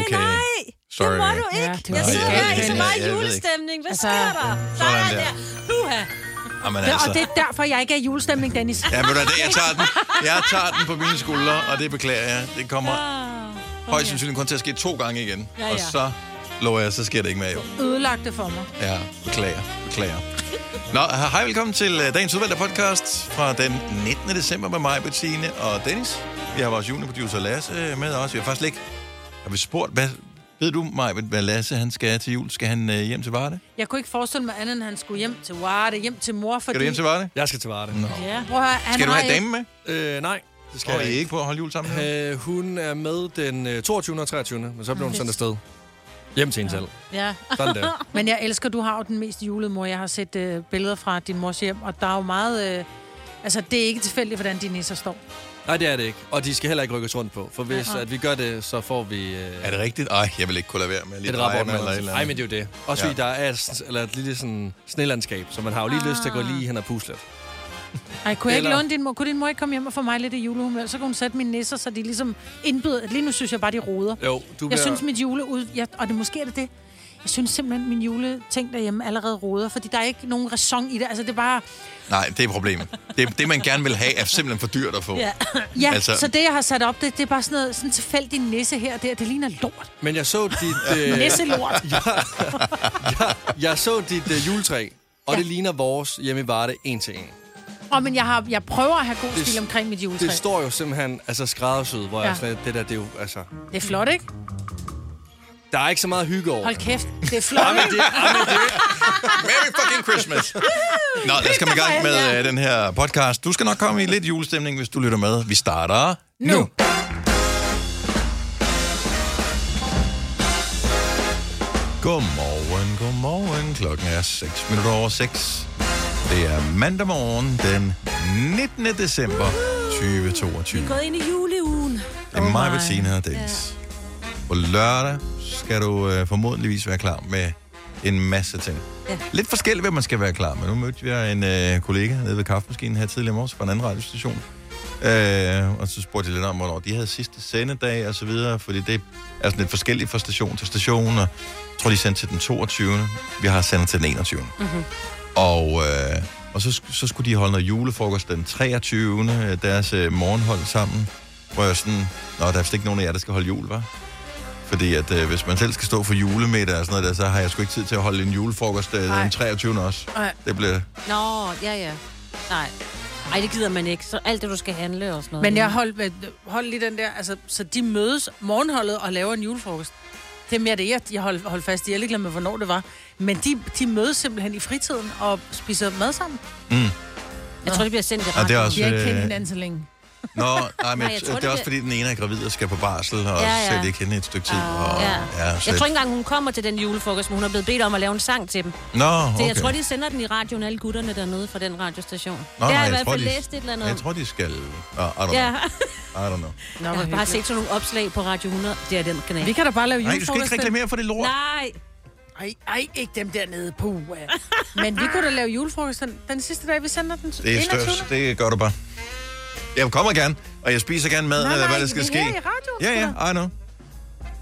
okay. nej. Ah, Sorry. Det må du ikke. Ja, det var jeg sidder ikke her i det. så Ja, meget jeg ved julestemning. Hvad Altså, sker der? sådan Nej, der. der. Puha. Jamen, Ja, altså. og det er derfor, jeg ikke er i julestemning, Dennis. Ja, ved du hvad, jeg tager den. Jeg tager den på mine skuldre, og det beklager jeg. Det kommer Ah, højst sandsynligt kun til at ske to gange igen. Ja, ja. Og så lover jeg, så sker det ikke mere. Ødelagt det for mig. Ja, beklager, beklager. Nå, hej, velkommen til øh, dagens udvalgte podcast fra den 19. december med mig, Bettine og Dennis. Vi har vores juniorproducer Lasse øh, med os. Vi har faktisk ikke... Har vi spurgt, hvad... Ved du, Maj, hvad Lasse han skal til jul? Skal han øh, hjem til Varde? Jeg kunne ikke forestille mig andet, end han skulle hjem til Varde, hjem til mor, fordi... Skal du hjem til Varde? Jeg skal til Varde. Nå. Ja, prøv at høre, han Skal du har have ikke- damen med? Øh, nej, det skal Skal jeg I ikke. ikke på at holde jul sammen? Øh, hun er med den øh, 22. og 23. Men så blev hun fedt. sendt afsted. Hjem til hende selv. Ja. Sådan der. Men jeg elsker, du har jo den mest julede mor. Jeg har set øh, billeder fra din mors hjem, og der er jo meget... Øh, altså, det er ikke tilfældigt, hvordan de nisser står. Nej, det er det ikke. Og de skal heller ikke rykkes rundt på. For hvis Nej. at vi gør det, så får vi... Øh, Er det rigtigt? Ej, jeg vil ikke kunne lade være med at lige et dreje med rapport eller et eller Nej, men andet. det er jo det. Også Ja. ja. fordi der er sådan- eller et lille sådan, snelandskab, så man har jo lige lyst til at gå lige hen og pusle. Ej, kunne, jeg ikke Eller- låne din mor, kunne din mor ikke komme hjem og få mig lidt i julehumør? Så kunne hun sætte mine nisser, så de ligesom indbyder... Lige nu synes jeg bare, de roder. Jo, du bliver... Jeg synes, mit juleud... Jeg, og det måske er det det. Jeg synes simpelthen, min juleting derhjemme allerede roder, fordi der er ikke nogen ræson i det. Altså, det er bare... Nej, det er problemet. Det, det, man gerne vil have, er simpelthen for dyrt at få. Ja. Ja, Altså- altså... så det, jeg har sat op, det, det er bare sådan noget sådan en tilfældig nisse her og der. Det ligner lort. Men jeg så dit... Øh, Nisselort. jeg så dit øh, juletræ, og Ja. ja. det ligner vores hjemme i Varde en til en. Og men jeg, har, jeg prøver at have god Det- stil omkring mit juletræ. Det står jo simpelthen altså skræddersyet, hvor ja. Ja. jeg slet, det der, det er jo, altså... Det er flot, ikke? Der er ikke så meget hygge over. Hold det. kæft. Det er flot, Jamen, ikke? det, jamen, det, Merry fucking Christmas! Nå, lad os komme i gang med øh, den her podcast. Du skal nok komme i lidt julestemning, hvis du lytter med. Vi starter nu. nu. Godmorgen, godmorgen. Klokken er 6 minutter over 6. Det er mandag morgen den 19. december 2022. Gået ind i juleugen. Det er Oh mig, my. Bettina og Dennis. På lørdag skal du øh, formodentligvis være klar med en masse ting. Ja. Ja. Lidt forskelligt, hvad man skal være klar med. Nu mødte jeg en øh, kollega nede ved kaffemaskinen her tidligere i morges fra en anden radiostation. Øh, og så spurgte jeg lidt om, hvornår de havde sidste sendedag og så videre, fordi det er sådan lidt forskelligt fra station til station, og jeg tror, de sendte til den 22. Vi har sendt til den 21. Mm-hmm. Og, øh, og så, sk- så skulle de holde noget julefrokost den 23. øh, Deres øh, morgenhold sammen. Hvor jeg sådan, nå, der er vist ikke nogen af jer, der skal holde jul, var? Fordi at øh, hvis man selv skal stå for julemiddag og sådan noget der, så har jeg sgu ikke tid til at holde en julefrokost øh, Nej. den 23. også. Nej. Det bliver... Nå, ja, ja. Nej. Ej, det gider man ikke. Så alt det, du skal handle og sådan noget. Men jeg holdt, med, holdt lige den der, altså, så de mødes morgenholdet og laver en julefrokost. Det er mere det, jeg, jeg holdt, holdt fast i. Jeg er ligeglad med, hvornår det var. Men de, de mødes simpelthen i fritiden og spiser mad sammen. mm. jeg tror, det bliver sendt i Og det er radioen. også... De har ikke kendt Øh, hinanden så længe. nå, nej, men Nej, jeg jeg tror, tror, det er det også bliver- fordi, den ene er gravid og skal på barsel, og Ja, ja, ja. ja. Ah, selv ikke hende et stykke tid. Og, Ja. ja så... Jeg tror ikke engang, hun kommer til den julefrokost, men hun er blevet bedt om at lave en sang til dem. Okay. Nå, Så okay. jeg tror, de sender den i radioen, alle gutterne dernede fra den radiostation. Nå, jeg nej, har i jeg hvert tror, fald de- læst et eller andet. Jeg tror, de skal... Uh, I don't ja. know. I don't know. Nå, Jeg har bare set sådan nogle opslag på Radio 100. Det er den kanal. Vi kan da bare lave Nej, du skal julefrokost. ikke reklamere for det lort. Nej. Ej, ej, ikke dem dernede. Puh, ja. Men vi kunne da lave julefrokost den, den sidste dag, vi sender den Det er størst. Det gør du bare. Jeg kommer gerne, og jeg spiser gerne mad, Nej, eller nej, hvad der skal det er ske. her i radioen, ja, sgu ja, I know.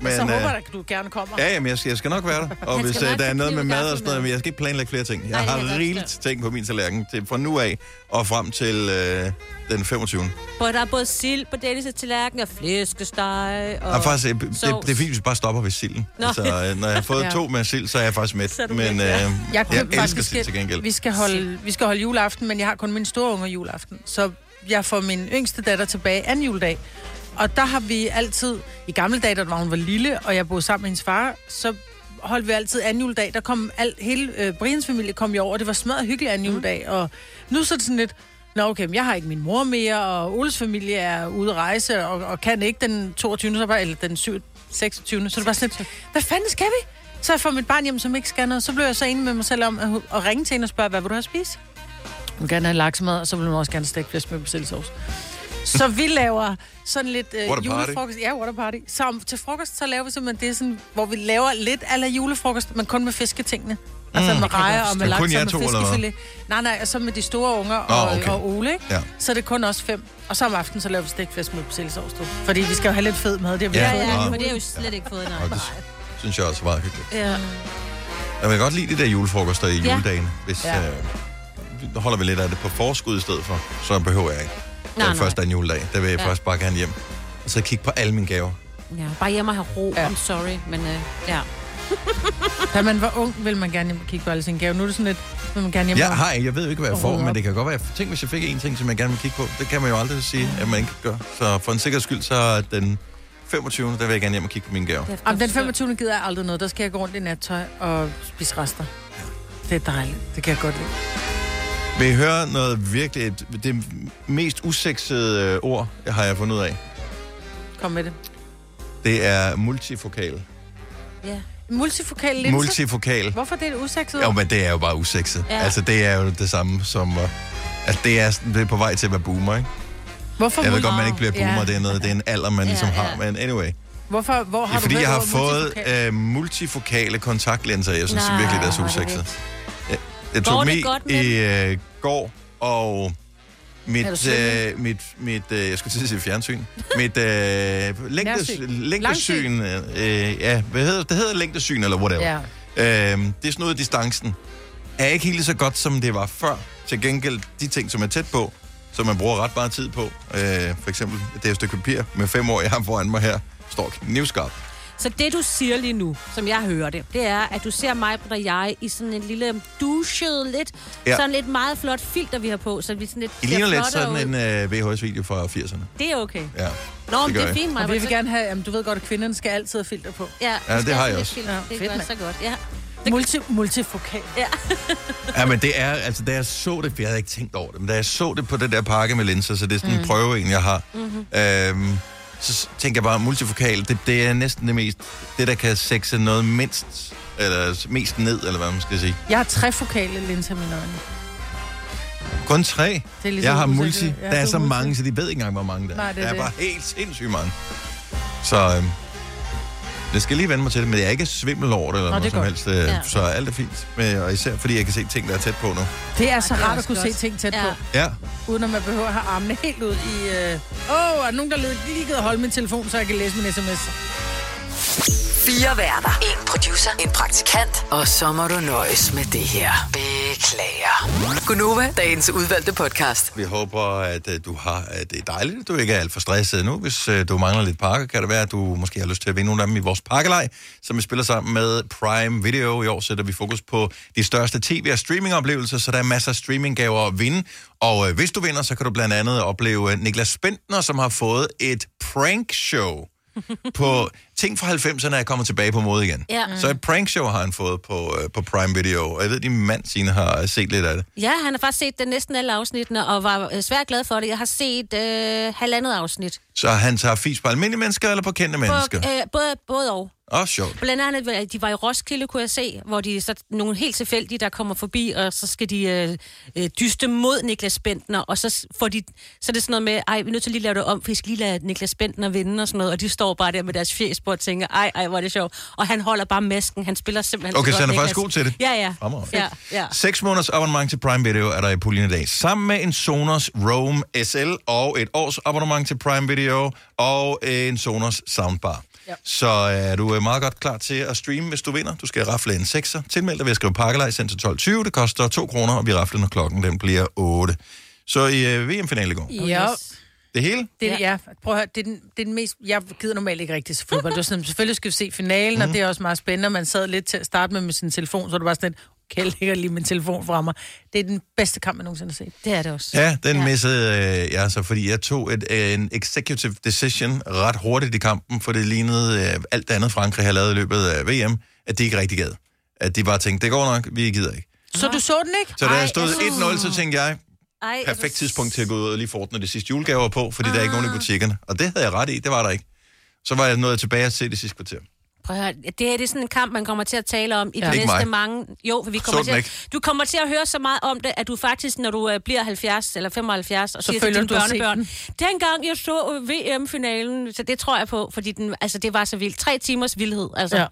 Men, så håber øh, jeg, at du gerne kommer. Ja, jamen, jeg skal, jeg skal nok være der. Og Han hvis skal øh, nok der er til noget med kniven, mad der og er sådan noget. noget, men jeg skal ikke planlægge flere ting. Jeg Nej, det kan jeg har godt rigeligt ting på min tallerken til, fra nu af og frem til øh, den 25. Og... Hvor der er både sild på Dennis' tallerken og flæskesteg. Og... Og faktisk, øh, det, sovs. det er fint, hvis vi bare stopper ved silden. Nå. Altså, øh, når jeg har fået Ja. to med sild, så er jeg faktisk Så er med. du Men med, øh, ja. jeg, kunne jeg elsker faktisk sild til ikke- gengæld. Vi skal, holde, vi skal holde juleaften, men jeg har kun min store unge juleaften. Så jeg får min yngste datter tilbage anden juledag. Og der har vi altid, i gamle dage, da hun var lille, og jeg boede sammen med hendes far, så holdt vi altid anden juledag. Der kom al, hele øh, Brians familie kom jo over, og det var smadret hyggeligt Mm. anden juledag. Og nu så er det sådan lidt, Nå okay, men jeg har ikke min mor mere, og Oles familie er ude at rejse, og, og kan ikke den 22. Så er det bare, eller den 7, 26. Så er det bare sådan lidt, hvad fanden skal vi? Så jeg får mit barn hjem, som ikke skal noget. Så blev jeg så enig med mig selv om at, hu- at ringe til hende og spørge, hvad vil du have at spise? Hun vil gerne have laksemad, og så vil hun også gerne stegt flæsk med persillesauce. Så vi laver sådan lidt øh, What a party. julefrokost. Ja, what a party. Så om, til frokost, så laver vi simpelthen det, sådan, hvor vi laver lidt ala julefrokost, men kun med fisketingene. Altså Mm. med rejer og med Det er laks kun og jer med to, eller hvad? fiskefilet. Nej, nej, og så med de store unger Nå, og, okay. og Ole, ikke? Ja. Så er det kun os fem. Og så om aftenen, så laver vi stegflæsk med persillesovstrup. Fordi vi skal jo have lidt fed mad. Det har vi Ja, Ja, fået ja, ja. for det er jo slet ikke fået, nej. Mm. Og det synes jeg også er meget hyggeligt. Ja. Jeg vil godt lide det der julefrokoster i Ja. juledagen, hvis... Ja. Ja. Øh, holder vi lidt af det på forskud i stedet for, så behøver jeg ikke. Nej, den nej. første anden juledag. Der vil jeg Ja. ja. faktisk bare gerne hjem. Og så kigge på alle mine gaver. Ja, bare hjemme og have ro. Ja. I'm sorry, men øh, ja. Da man var ung, ville man gerne hjem og kigge på alle sine gaver. Nu er det sådan lidt, vil man gerne hjem Jeg og- har ikke, jeg ved jo ikke, hvad jeg får, Overhovedet. men det kan godt være, jeg tænk, hvis jeg fik en ting, som jeg gerne vil kigge på. Det kan man jo aldrig sige, at man ikke kan gøre. Så for en sikkerheds skyld, så er den 25. der vil jeg gerne hjem og kigge på mine gaver. Det er Om den 25. gider jeg aldrig noget. Der skal jeg gå rundt i nattøj og spise rester. Det er dejligt. Det kan jeg godt lide. Vil I høre noget virkelig, et- det mest usexede øh, ord, har jeg fundet ud af. Kom med det. Det er multifokal. Ja. Multifokal linse. Multi... Multifokal. Hvorfor det er det usexet? Jo, men det er jo bare usexet. Ja. Ja. Altså, det er jo det samme som... at- Altså, det er, sådan- det er på vej til at være boomer, ikke? Hvorfor, Jeg ved mul- godt, man ikke bliver boomer, Ja. det er noget, det er en alder, man Ja, ligesom ja. har, men anyway. Hvorfor, hvor har Det er du fordi, hørt jeg har ordet fået multifokal? øh, multifokale kontaktlinser. Jeg synes Nej, virkelig, det er hvor så er det usexet. vildt. Jeg, jeg Går tog det med godt med i øh, går, og Er du mit, sønderjyde? øh, mit, mit øh, jeg skulle til at sige fjernsyn, mit øh, længdes, Nærsyn. længdesyn, øh, ja, hvad hedder, det hedder længdesyn, eller whatever. Ja. Øh, det er sådan noget, distancen er ikke helt lige så godt, som det var før. Til gengæld, de ting, som er tæt på, som man bruger ret meget tid på, øh, for eksempel det her stykke papir med fem år, jeg har foran mig her, står knivskarpt. Så det, du siger lige nu, som jeg hører det, det er, at du ser mig og jeg i sådan en lille duschet lidt, ja. Ja. sådan lidt meget flot filter, vi har på, så vi sådan lidt... I ser ligner lidt flottere sådan en ud. øh, VHS-video fra 80'erne. Det er okay. øh, Ja. Nå, men gør det er jeg. fint, mig. Og vi vil gerne have, jamen, du ved godt, at kvinderne skal altid have filter på. Ja, vi det skal har have jeg lidt også. filter. Ja, Det fedt, gør mand. så godt, ja. Multi, multifokal. ja, men det er, altså da jeg så det, for jeg havde ikke tænkt over det, men da jeg så det på den der pakke med linser, så det er sådan mm. en prøve, en jeg har, mm-hmm. øhm, så s- tænker jeg bare, multifokal, det, det er næsten det mest, det der kan sexe noget mindst, eller mest ned, eller hvad man skal sige. Jeg har trefokale linser i mine øjne. Kun tre. Det er Jeg har usikkert. multi. Ja, Der er du så multi. mange, så de ved ikke engang, hvor mange der er. Nej, det er Der er det. bare helt sindssygt mange. Så øhm, jeg skal lige vende mig til det, men jeg er ikke svimmel over det eller Nå, noget det er som godt. helst. øh, Ja. Så alt er fint. Men, og især fordi jeg kan se ting, der er tæt på nu. Det er så det er rart at også kunne se godt. ting tæt Ja. på, Ja, uden at man behøver at have armene helt ud i... Åh, øh... oh, er der nogen, der led- lige gider holde min telefon, så jeg kan læse min sms? Fire værter. En producer. En praktikant. Og så må du nøjes med det her. Beklager. Gunova, dagens udvalgte podcast. vi håber, at øh, du har at det er dejligt, at du ikke er alt for stresset nu. Hvis øh, du mangler lidt pakker, kan det være, at du måske har lyst til at vinde nogle af dem i vores pakkelej, som vi spiller sammen med Prime Video. I år sætter vi fokus på de største tv- og streamingoplevelser, så der er masser af streaminggaver at vinde. Og øh, hvis du vinder, så kan du blandt andet opleve øh, Niklas Bentner, som har fået et prank show på ting fra 90'erne er kommet tilbage på mode igen. Ja. Så et prankshow har han fået på, øh, på Prime Video, og jeg ved, din mand, Signe, har øh, set lidt af det. Ja, han har faktisk set den næsten alle afsnittene, og var øh, svært glad for det. Jeg har set øh, halvandet afsnit. Så han tager fis på almindelige mennesker eller på kendte mennesker? Og, øh, både, både og. Åh, oh, sjovt. Blandt andet, øh, de var i Roskilde, kunne jeg se, hvor de så nogle helt tilfældige, der kommer forbi, og så skal de øh, øh, dyste mod Niklas Bentner, og så s- får de, så er det sådan noget med, ej, vi er nødt til lige at lave det om, for vi skal lige lade Niklas Bentner vinde og sådan noget, og de står bare der med deres fjes på og tænker, ej, ej, hvor er det sjovt. Og han holder bare masken, han spiller simpelthen Okay, så godt, han er faktisk Niklas. god til det? Ja, ja. Fremragende. Ja, ja. 6 måneders abonnement til Prime Video er der i puljen i dag. Sammen med en Sonos Roam SL og et års abonnement til Prime Video og øh, en Sonos Soundbar. Ja. Så er du øh, meget godt klar til at streame, hvis du vinder. Du skal rafle en 6'er. Tilmeld dig ved at skrive pakkelej sendt til 12.20. Det koster 2 kroner, og vi rafler, når klokken den bliver 8. Så i øh, VM-finalen i går. Ja. Det hele? Det, ja. ja. Prøv at høre, det er, den, det er den mest... Jeg gider normalt ikke rigtig til fodbold. Det var sådan, selvfølgelig skal vi se finalen, Mhm. mm. og det er også meget spændende. Man sad lidt til at starte med med sin telefon, så var det bare sådan lidt, okay, jeg lægger lige min telefon fra mig. Det er den bedste kamp, jeg nogensinde har set. Det er det også. Ja, den ja. missede øh, jeg så, fordi jeg tog et, øh, en executive decision ret hurtigt i kampen, for det lignede øh, alt det andet, Frankrig har lavet i løbet af VM, at de ikke rigtig gad. At de bare tænkte, det går nok, vi gider ikke. Så du så den ikke? Så da Ej, jeg stod altså, 1-0, så tænkte jeg, Ej, perfekt altså, tidspunkt til at gå ud og lige få ordnet de sidste julegaver på, fordi der er ikke nogen i butikkerne. Og det havde jeg ret i, det var der ikke. Så var jeg nået tilbage at se det sidste kvarter. Prøv at høre, det her det er sådan en kamp, man kommer til at tale om i ja. de Ikke næste mig. mange... Jo, for vi Så kommer den til ikke. at, du kommer til at høre så meget om det, at du faktisk, når du øh, bliver 70 eller 75, og Så siger til føler dine du, du har set børnebørn, dengang jeg så øh, VM-finalen, så det tror jeg på, fordi den, altså, det var så vildt. Tre timers vildhed, altså. Ja. Ja.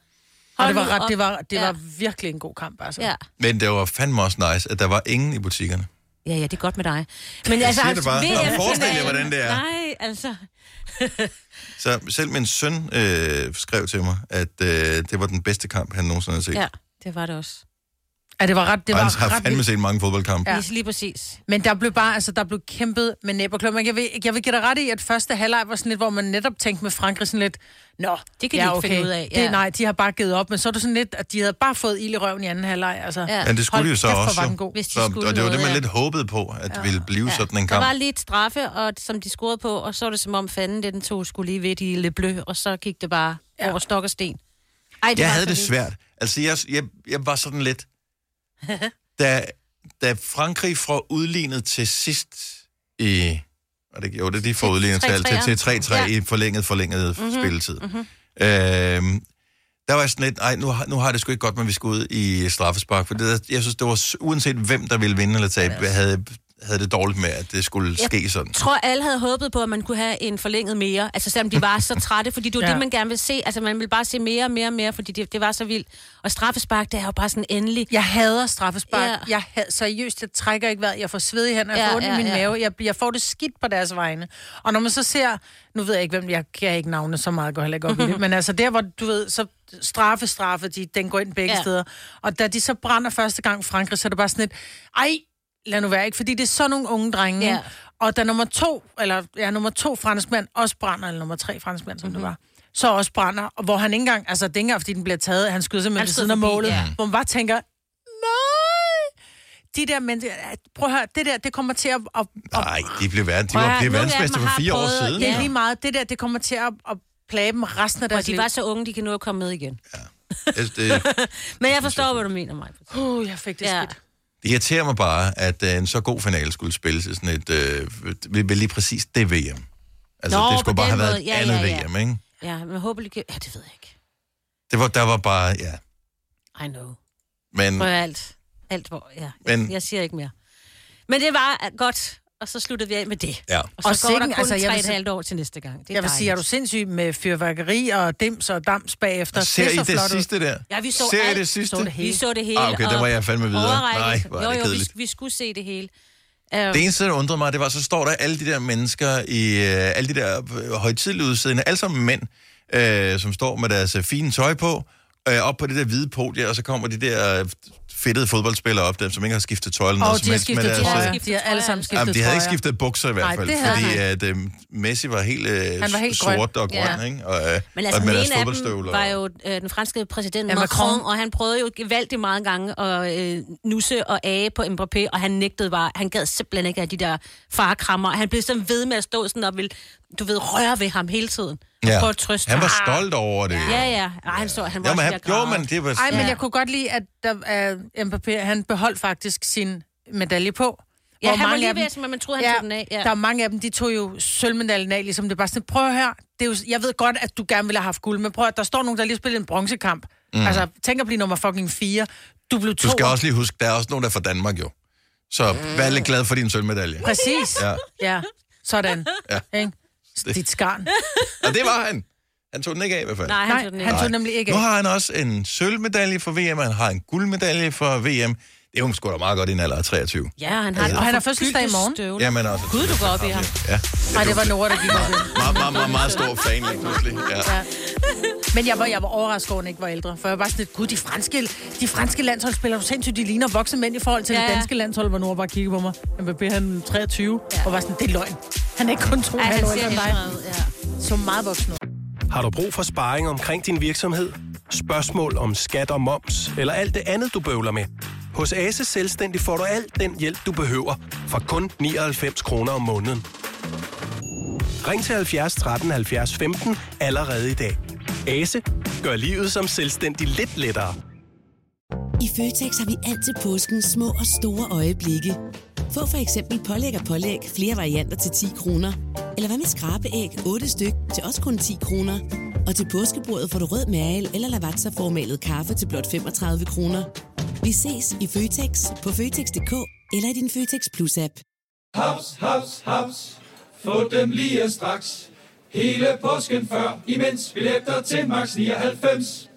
Og Hold det nu var, op. ret, det var, det Ja. var virkelig en god kamp, altså. Ja. Men det var fandme også nice, at der var ingen i butikkerne. ja, ja, det er godt med dig. Men Jeg altså, siger det bare. VM Nå, forestil jer, finalen. hvordan det er. Nej, altså. Så selv min søn øh, skrev til mig, at øh, det var den bedste kamp, han nogensinde havde set. Ja, Ja, det var det også. Ja, det var ret, det og han var har ret fandme vildt. set mange fodboldkampe. Ja. Ja. Lige, lige præcis. Men der blev bare, altså, der blev kæmpet med næb og klør. Men jeg vil, jeg vil give dig ret i, at første halvleg var sådan lidt, hvor man netop tænkte med Frankrig sådan lidt, Nå, Det kan de ja, ikke finde ud af, ja. Det, nej, de har bare givet op, men så er du sådan lidt, at de havde bare fået ild i røven i anden halvleg. Altså. Ja. Men det skulle de jo så kæft, hvor også, Var jo. den god. Hvis de Så, skulle og det var det, man noget, ja. lidt håbede på, at det ville blive ja. sådan en Der var kamp. lige et straffe, og, som de scorede på, og så var det som om fanden, det den to skulle lige ved i Le Bleu, og så gik det bare ja. over stok og sten. Ej, det Jeg var havde så det vildt. svært. Altså, jeg, jeg, jeg var sådan lidt... da, da Frankrig får udlignet til sidst i... Og det, jo, det er de får Til udlignet til, alt- 3-3'eren. til, til 3-3 Ja. Mhm. i forlænget, forlænget mm-hmm. spilletid. Mm-hmm. Øhm, der var jeg sådan lidt, ej, nu, har- nu har jeg det sgu ikke godt, men vi skal ud i straffespark. For det, jeg synes, det var s- uanset hvem, der ville vinde eller tabe, jeg havde, havde det dårligt med, at det skulle Jeg ske sådan. Jeg tror, alle havde håbet på, at man kunne have en forlænget mere, altså selvom de var så trætte, fordi det var ja. Ja. det, man gerne ville se. Altså man ville bare se mere og mere og mere, fordi det, det var så vildt. Og straffespark, det er jo bare sådan endelig. Jeg hader straffespark. Ja. Ja. Jeg had, seriøst, jeg trækker ikke vejret. Jeg får sved i hænder, jeg Ja, ja, får ondt ja, i min ja. ja. mave. Jeg, jeg får det skidt på deres vegne. Og når man så ser, nu ved jeg ikke, hvem, jeg kan ikke navne så meget, går heller ikke op i det, men altså der, hvor du ved, så straffe, straffe, de, den går ind begge Ja. ja. steder. Og da de så brænder første gang Frankrig, så er det bare sådan et, ej, lad nu være, ikke? Fordi det er sådan nogle unge drenge. Ja. Ja. Og da nummer to, eller ja, nummer to franskmand også brænder, eller nummer tre franskmand, som mm-hmm. Mhm. det var, så også brænder, og hvor han ikke engang, altså det er ikke engang, fordi den bliver taget, han skyder simpelthen Han ved skyder siden af forbi, målet, ja. ja. hvor man bare tænker, nej! De der mennesker, prøv at høre, det der, det kommer til at... at, at Nej, de blev, verden, de Prøv at var, høre, blev nogle af verdensmester dem for har fire år prøvet- siden. det er Ja. lige meget, det der, det kommer til at, at plage dem resten af Og deres de liv. var så unge, de kan nå at komme med igen. Altså, det, Men jeg forstår, hvad du mener, mig. Uh, jeg fik det Ja. ja. skidt. Det irriterer mig bare, at øh, en så god finale skulle spilles i sådan et, øh, ved ved lige præcis det VM. Altså, Nå, det på skulle bare den have været måde. et Ja, andet ja, ja. VM, ikke? Ja, men håber ikke... Ja, det ved jeg ikke. Det var, der var bare, ja. I know. Men Prøv at høre, alt. Alt, hvor... Ja. Men- Jeg siger ikke mere. Men det var øh, godt, og så sluttede vi af med det. ja, Og så Og og går sikken, der sikken, kun altså, altså, jeg vil jeg sige- 3,5 år til næste gang. Det er Jeg vil sige, er du dejligt. sindssyg med fyrværkeri og dims og dams bagefter? ser I så det sidste der? Ja, vi så ser I alt. det Så sidste? det det, hele. Vi så det hele. Ah, okay, der og var jeg fandme videre. overrækkelse. Nej, hvor er det jo, jo, vi, kedeligt. vi skulle se det hele. Uh, det eneste, der undrede mig, det var, så står der alle de der mennesker i øh, alle de der øh, højtidlige udseende, alle sammen mænd, øh, som står med deres øh, fine tøj på, øh, op på det der hvide podie, og så kommer de der øh, fedtede fodboldspillere op, dem som ikke har skiftet tøj eller noget Og som de har helst, men skiftet deres, øh, trøje. trøjer. De har alle sammen skiftet Jamen, de havde ikke trøjer. skiftet bukser i hvert Nej, fald, det havde fordi han at, øh, Messi var helt, øh, Han var helt grøn. sort og grøn, Ja. ikke? Og, øh, men altså, den og med deres ene af dem fodboldstøvler. var jo øh, den franske præsident Ja, Macron, Macron. Macron, og han prøvede jo gevaldigt mange gange at øh, nusse og age på Mbappé, og han nægtede bare, han gad simpelthen ikke af de der farekrammer. Han blev sådan ved med at stå sådan og ville, du ved, røre ved ham hele tiden. Ja. For at trøste Han var ham. stolt over det. Ah. Ja, ja. Ej, han, så, han var Jo, men også han, ved at jo, græde. men det var... Ej, men Ja. jeg kunne godt lide, at der, uh, Mbappé, han beholdt faktisk sin medalje på. Ja, Hvor han var mange af lige dem- ved, som man troede, han tog den af. Ja. Der er mange af dem, de tog jo sølvmedaljen af, ligesom det bare sådan, prøv her, det er jo, jeg ved godt, at du gerne ville have haft guld, men prøv at, der står nogen, der lige har spillet en bronzekamp. Mm. Altså, tænk at blive nummer fucking fire. Du blev to. Du skal også lige huske, der er også nogen, der er fra Danmark, jo. Så Mm. vær lidt glad for din sølvmedalje. Præcis. Ja. ja. Sådan. Ja. Ikke? Det- Dit skarn. Og det var han. Han tog den ikke af i hvert fald. Nej, han tog den Nej, ikke. han tog nemlig ikke Nu af. har han også en sølvmedalje for VM, og han har en guldmedalje for VM. Det er jo sgu da meget godt i en alder af 23. Ja, han har, Og han har forgyldte fødselsdag i morgen. støvler. Jamen også. Gud, du går op i ham. altså- Ja. Nej, det var Nora, der gik op i det. Meget, meget, meget, meget stor fan lige pludselig. Ja. Men jeg var, jeg var overrasket over, at han ikke var ældre. For jeg var sådan lidt, gud, de franske, de franske landsholdsspillere, du sindssygt, de ligner voksne mænd i forhold til Ja, ja, ja. ja. det danske landshold, hvor Nora bare kiggede på mig. Mbappé, han er 23, ja. og var sådan, det er løgn. Han er ikke kun to Ja, han halvår ser ældre end dig. ældre ud, ja. Så meget voksen ud. Har du brug for sparring omkring din virksomhed? Spørgsmål om skat og moms, eller alt det andet, du bøvler med? Hos Ase Selvstændig får du alt den hjælp, du behøver, for kun 99 kroner om måneden. Ring til 70 13 70 15 allerede i dag. Ase gør livet som selvstændig lidt lettere. I Føtex har vi altid påsken små og store øjeblikke. Få for eksempel pålæg og pålæg flere varianter til 10 kroner. Eller hvad med skrabeæg 8 styk til også kun 10 kroner. Og til påskebordet får du rød mal eller lavatserformalet kaffe til blot 35 kroner. Vi ses i Føtex på Føtex.dk eller i din Føtex Plus-app. Haps, haps, haps. Få dem lige straks. Hele påsken før, imens vi læfter til max 99.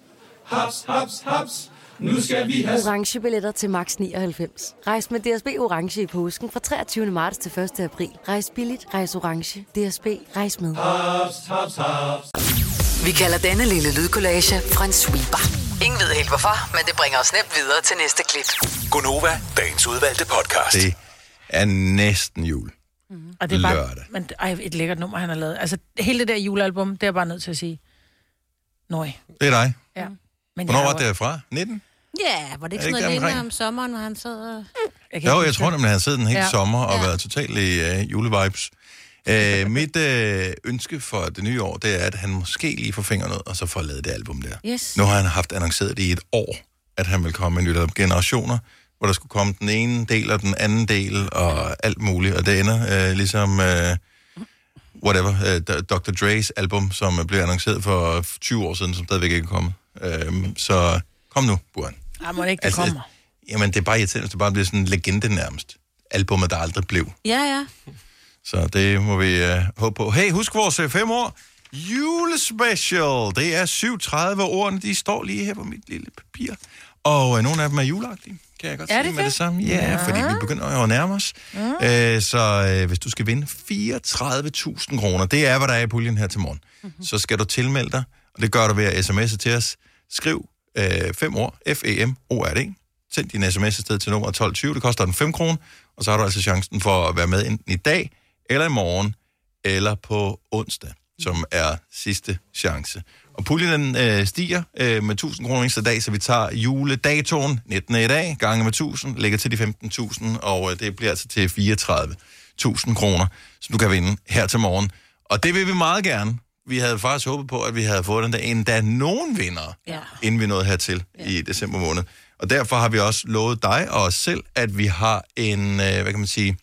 haps, haps, haps. Nu skal vi have orange billetter til max 99. Rejs med DSB orange i påsken fra 23. marts til 1. april. Rejs billigt, rejs orange. DSB rejs med. haps, haps, haps. Vi kalder denne lille lydkollage en sweeper. Ingen ved helt hvorfor, men det bringer os nemt videre til næste klip. Gunova, dagens udvalgte podcast. Det er næsten jul. Og det er bare, Lørdag. Men, ej, et lækkert nummer, han har lavet. Altså, hele det der julealbum, det er jeg bare nødt til at sige. Nøj. Det er dig. Ja. Men Hvornår jeg var er det herfra? 19? Ja, var det ikke Er det sådan noget ikke lignende omkring? om sommeren, hvor han sad og... Jeg Jo, jeg tror nemlig, han sidder den hele Ja. ja. sommer og Ja. ja. været totalt i øh, julevibes. Øh, mit øh, ønske for det nye år, det er, at han måske lige får fingeren ud, og så får lavet det album der. Yes. Nu har han haft annonceret det i et år, at han vil komme med nyt album. Generationer, hvor der skulle komme den ene del og den anden del og alt muligt. Og det ender øh, ligesom, øh, whatever, øh, D- Dr. Dre's album, som øh, blev annonceret for 20 år siden, som stadigvæk ikke er kommet. Øh, så kom nu, Buran. Ej, må det ikke, det Altså, kommer. Jamen, det er bare irriterende, hvis det bare bliver sådan en legende nærmest. Albummet, der aldrig blev. Ja, ja. Så det må vi øh, håbe på. Hey, husk vores 5 år julespecial. Det er 37 ordene, de står lige her på mit lille papir. Og øh, nogle af dem er juleagtige, kan jeg godt Er sige det med det? det samme. Ja, Ja. fordi vi begynder jo at nærme os. Mm. Øh, så øh, hvis du skal vinde 34.000 kroner, det er, hvad der er i puljen her til morgen, mm-hmm. så skal du tilmelde dig, og det gør du ved at sms'e til os. Skriv 5 øh, år, F-E-M-O-R-D. Send din sms afsted til nummer 1220, det koster den 5 kroner, og så har du altså chancen for at være med enten i dag, eller i morgen, eller på onsdag, som er sidste chance. Og puljen den, øh, stiger øh, med 1000 kroner eneste dag, så vi tager juledatoen 19. i dag, gange med 1000, lægger til de 15.000, og øh, det bliver altså til 34.000 kroner, som du kan vinde her til morgen. Og det vil vi meget gerne. Vi havde faktisk håbet på, at vi havde fået den der endda nogen vinder, Ja. inden vi nåede hertil i december måned. Og derfor har vi også lovet dig og os selv, at vi har en, øh, hvad kan man sige,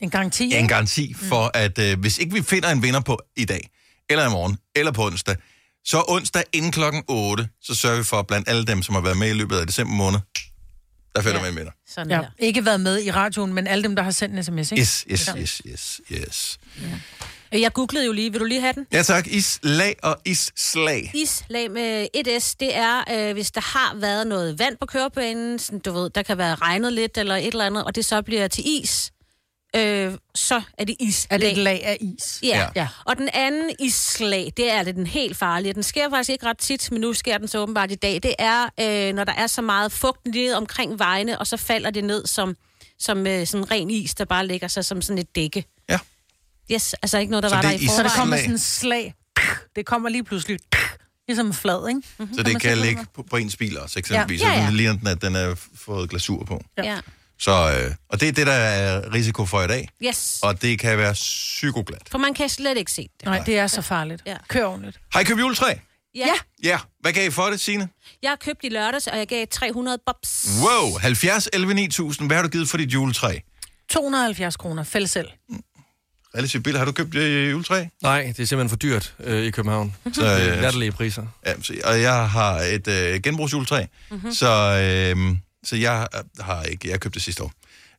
En garanti, en garanti Mm. for, at øh, hvis ikke vi finder en vinder på i dag, eller i morgen, eller på onsdag, så onsdag inden klokken 8, så sørger vi for, at blandt alle dem, som har været med i løbet af december måned, der finder vi en vinder. Sådan ja. Ikke været med i radioen, men alle dem, der har sendt en sms, ikke? Yes, yes, Ja. yes, yes, yes. Øh, Jeg googlede jo lige. Vil du lige have den? Ja tak, islag og islag. Mhm. Islag med 1S, det er, øh, hvis der har været noget vand på kørebanen, sådan, du ved, der kan være regnet lidt eller et eller andet, og det så bliver til is, øh, så er det is. Er det et lag af is? Ja. ja. ja. Og den anden islag, det er det den helt farlige. Den sker faktisk ikke ret tit, men nu sker den så åbenbart i dag. Det er, øh, når der er så meget fugt ned omkring vejene, og så falder det ned som, som øh, sådan ren is, der bare ligger sig som sådan et dække. Ja. Yes, altså ikke noget, der Så var det der er i is- forvejen. Så der kommer Slag. sådan en slag. Det kommer lige pludselig. Ligesom en flad, ikke? Mm-hmm. Så det kan ligge på, på ens bil også, eksempelvis. Ja. Ja. Ja, ja. Ja, ja. Lige den, at den er fået glasur på. Ja. Så, øh, og det er det, der er risiko for i dag. Yes. Og det kan være psykoglat. For man kan slet ikke se det. Nej, det er så farligt. Ja. Kør ordentligt. Har I købt juletræ? Ja. ja. Ja. Hvad gav I for det, Signe? Jeg har købt i lørdags, og jeg gav 300 bobs. Wow, 70, 11, 9000. Hvad har du givet for dit juletræ? 270 kroner, fælles selv. Relativt billigt. Har du købt øh, juletræ? Nej, det er simpelthen for dyrt øh, i København. Så øh, øh, latterlige priser. Ja, så- og jeg har et øh, genbrugsjuletræ, mm-hmm. så, øh, så jeg øh, har ikke, jeg købte det sidste år.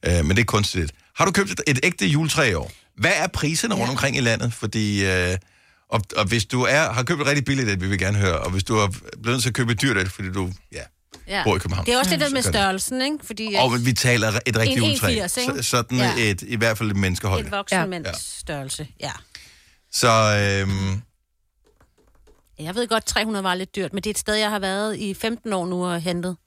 Øh, men det er kunstigt. Har du købt et, et ægte juletræ i år? Hvad er priserne rundt omkring i landet? Fordi, øh, og, og hvis du er, har købt et rigtig billigt et, vi vil gerne høre, og hvis du er blevet nødt til at købe et dyrt et, fordi du, ja, Ja. Bor i København. Det er også det Ja, der så med gør det. størrelsen, ikke? Fordi øh, og vi taler et rigtigt En juletræ. 81, ikke? Så, sådan Ja. et, i hvert fald et menneskehøjde. et voksen Ja. ja. mands størrelse, ja. Så, øh, Jeg ved godt, 300 var lidt dyrt, men det er et sted, jeg har været i 15 år nu og hentet.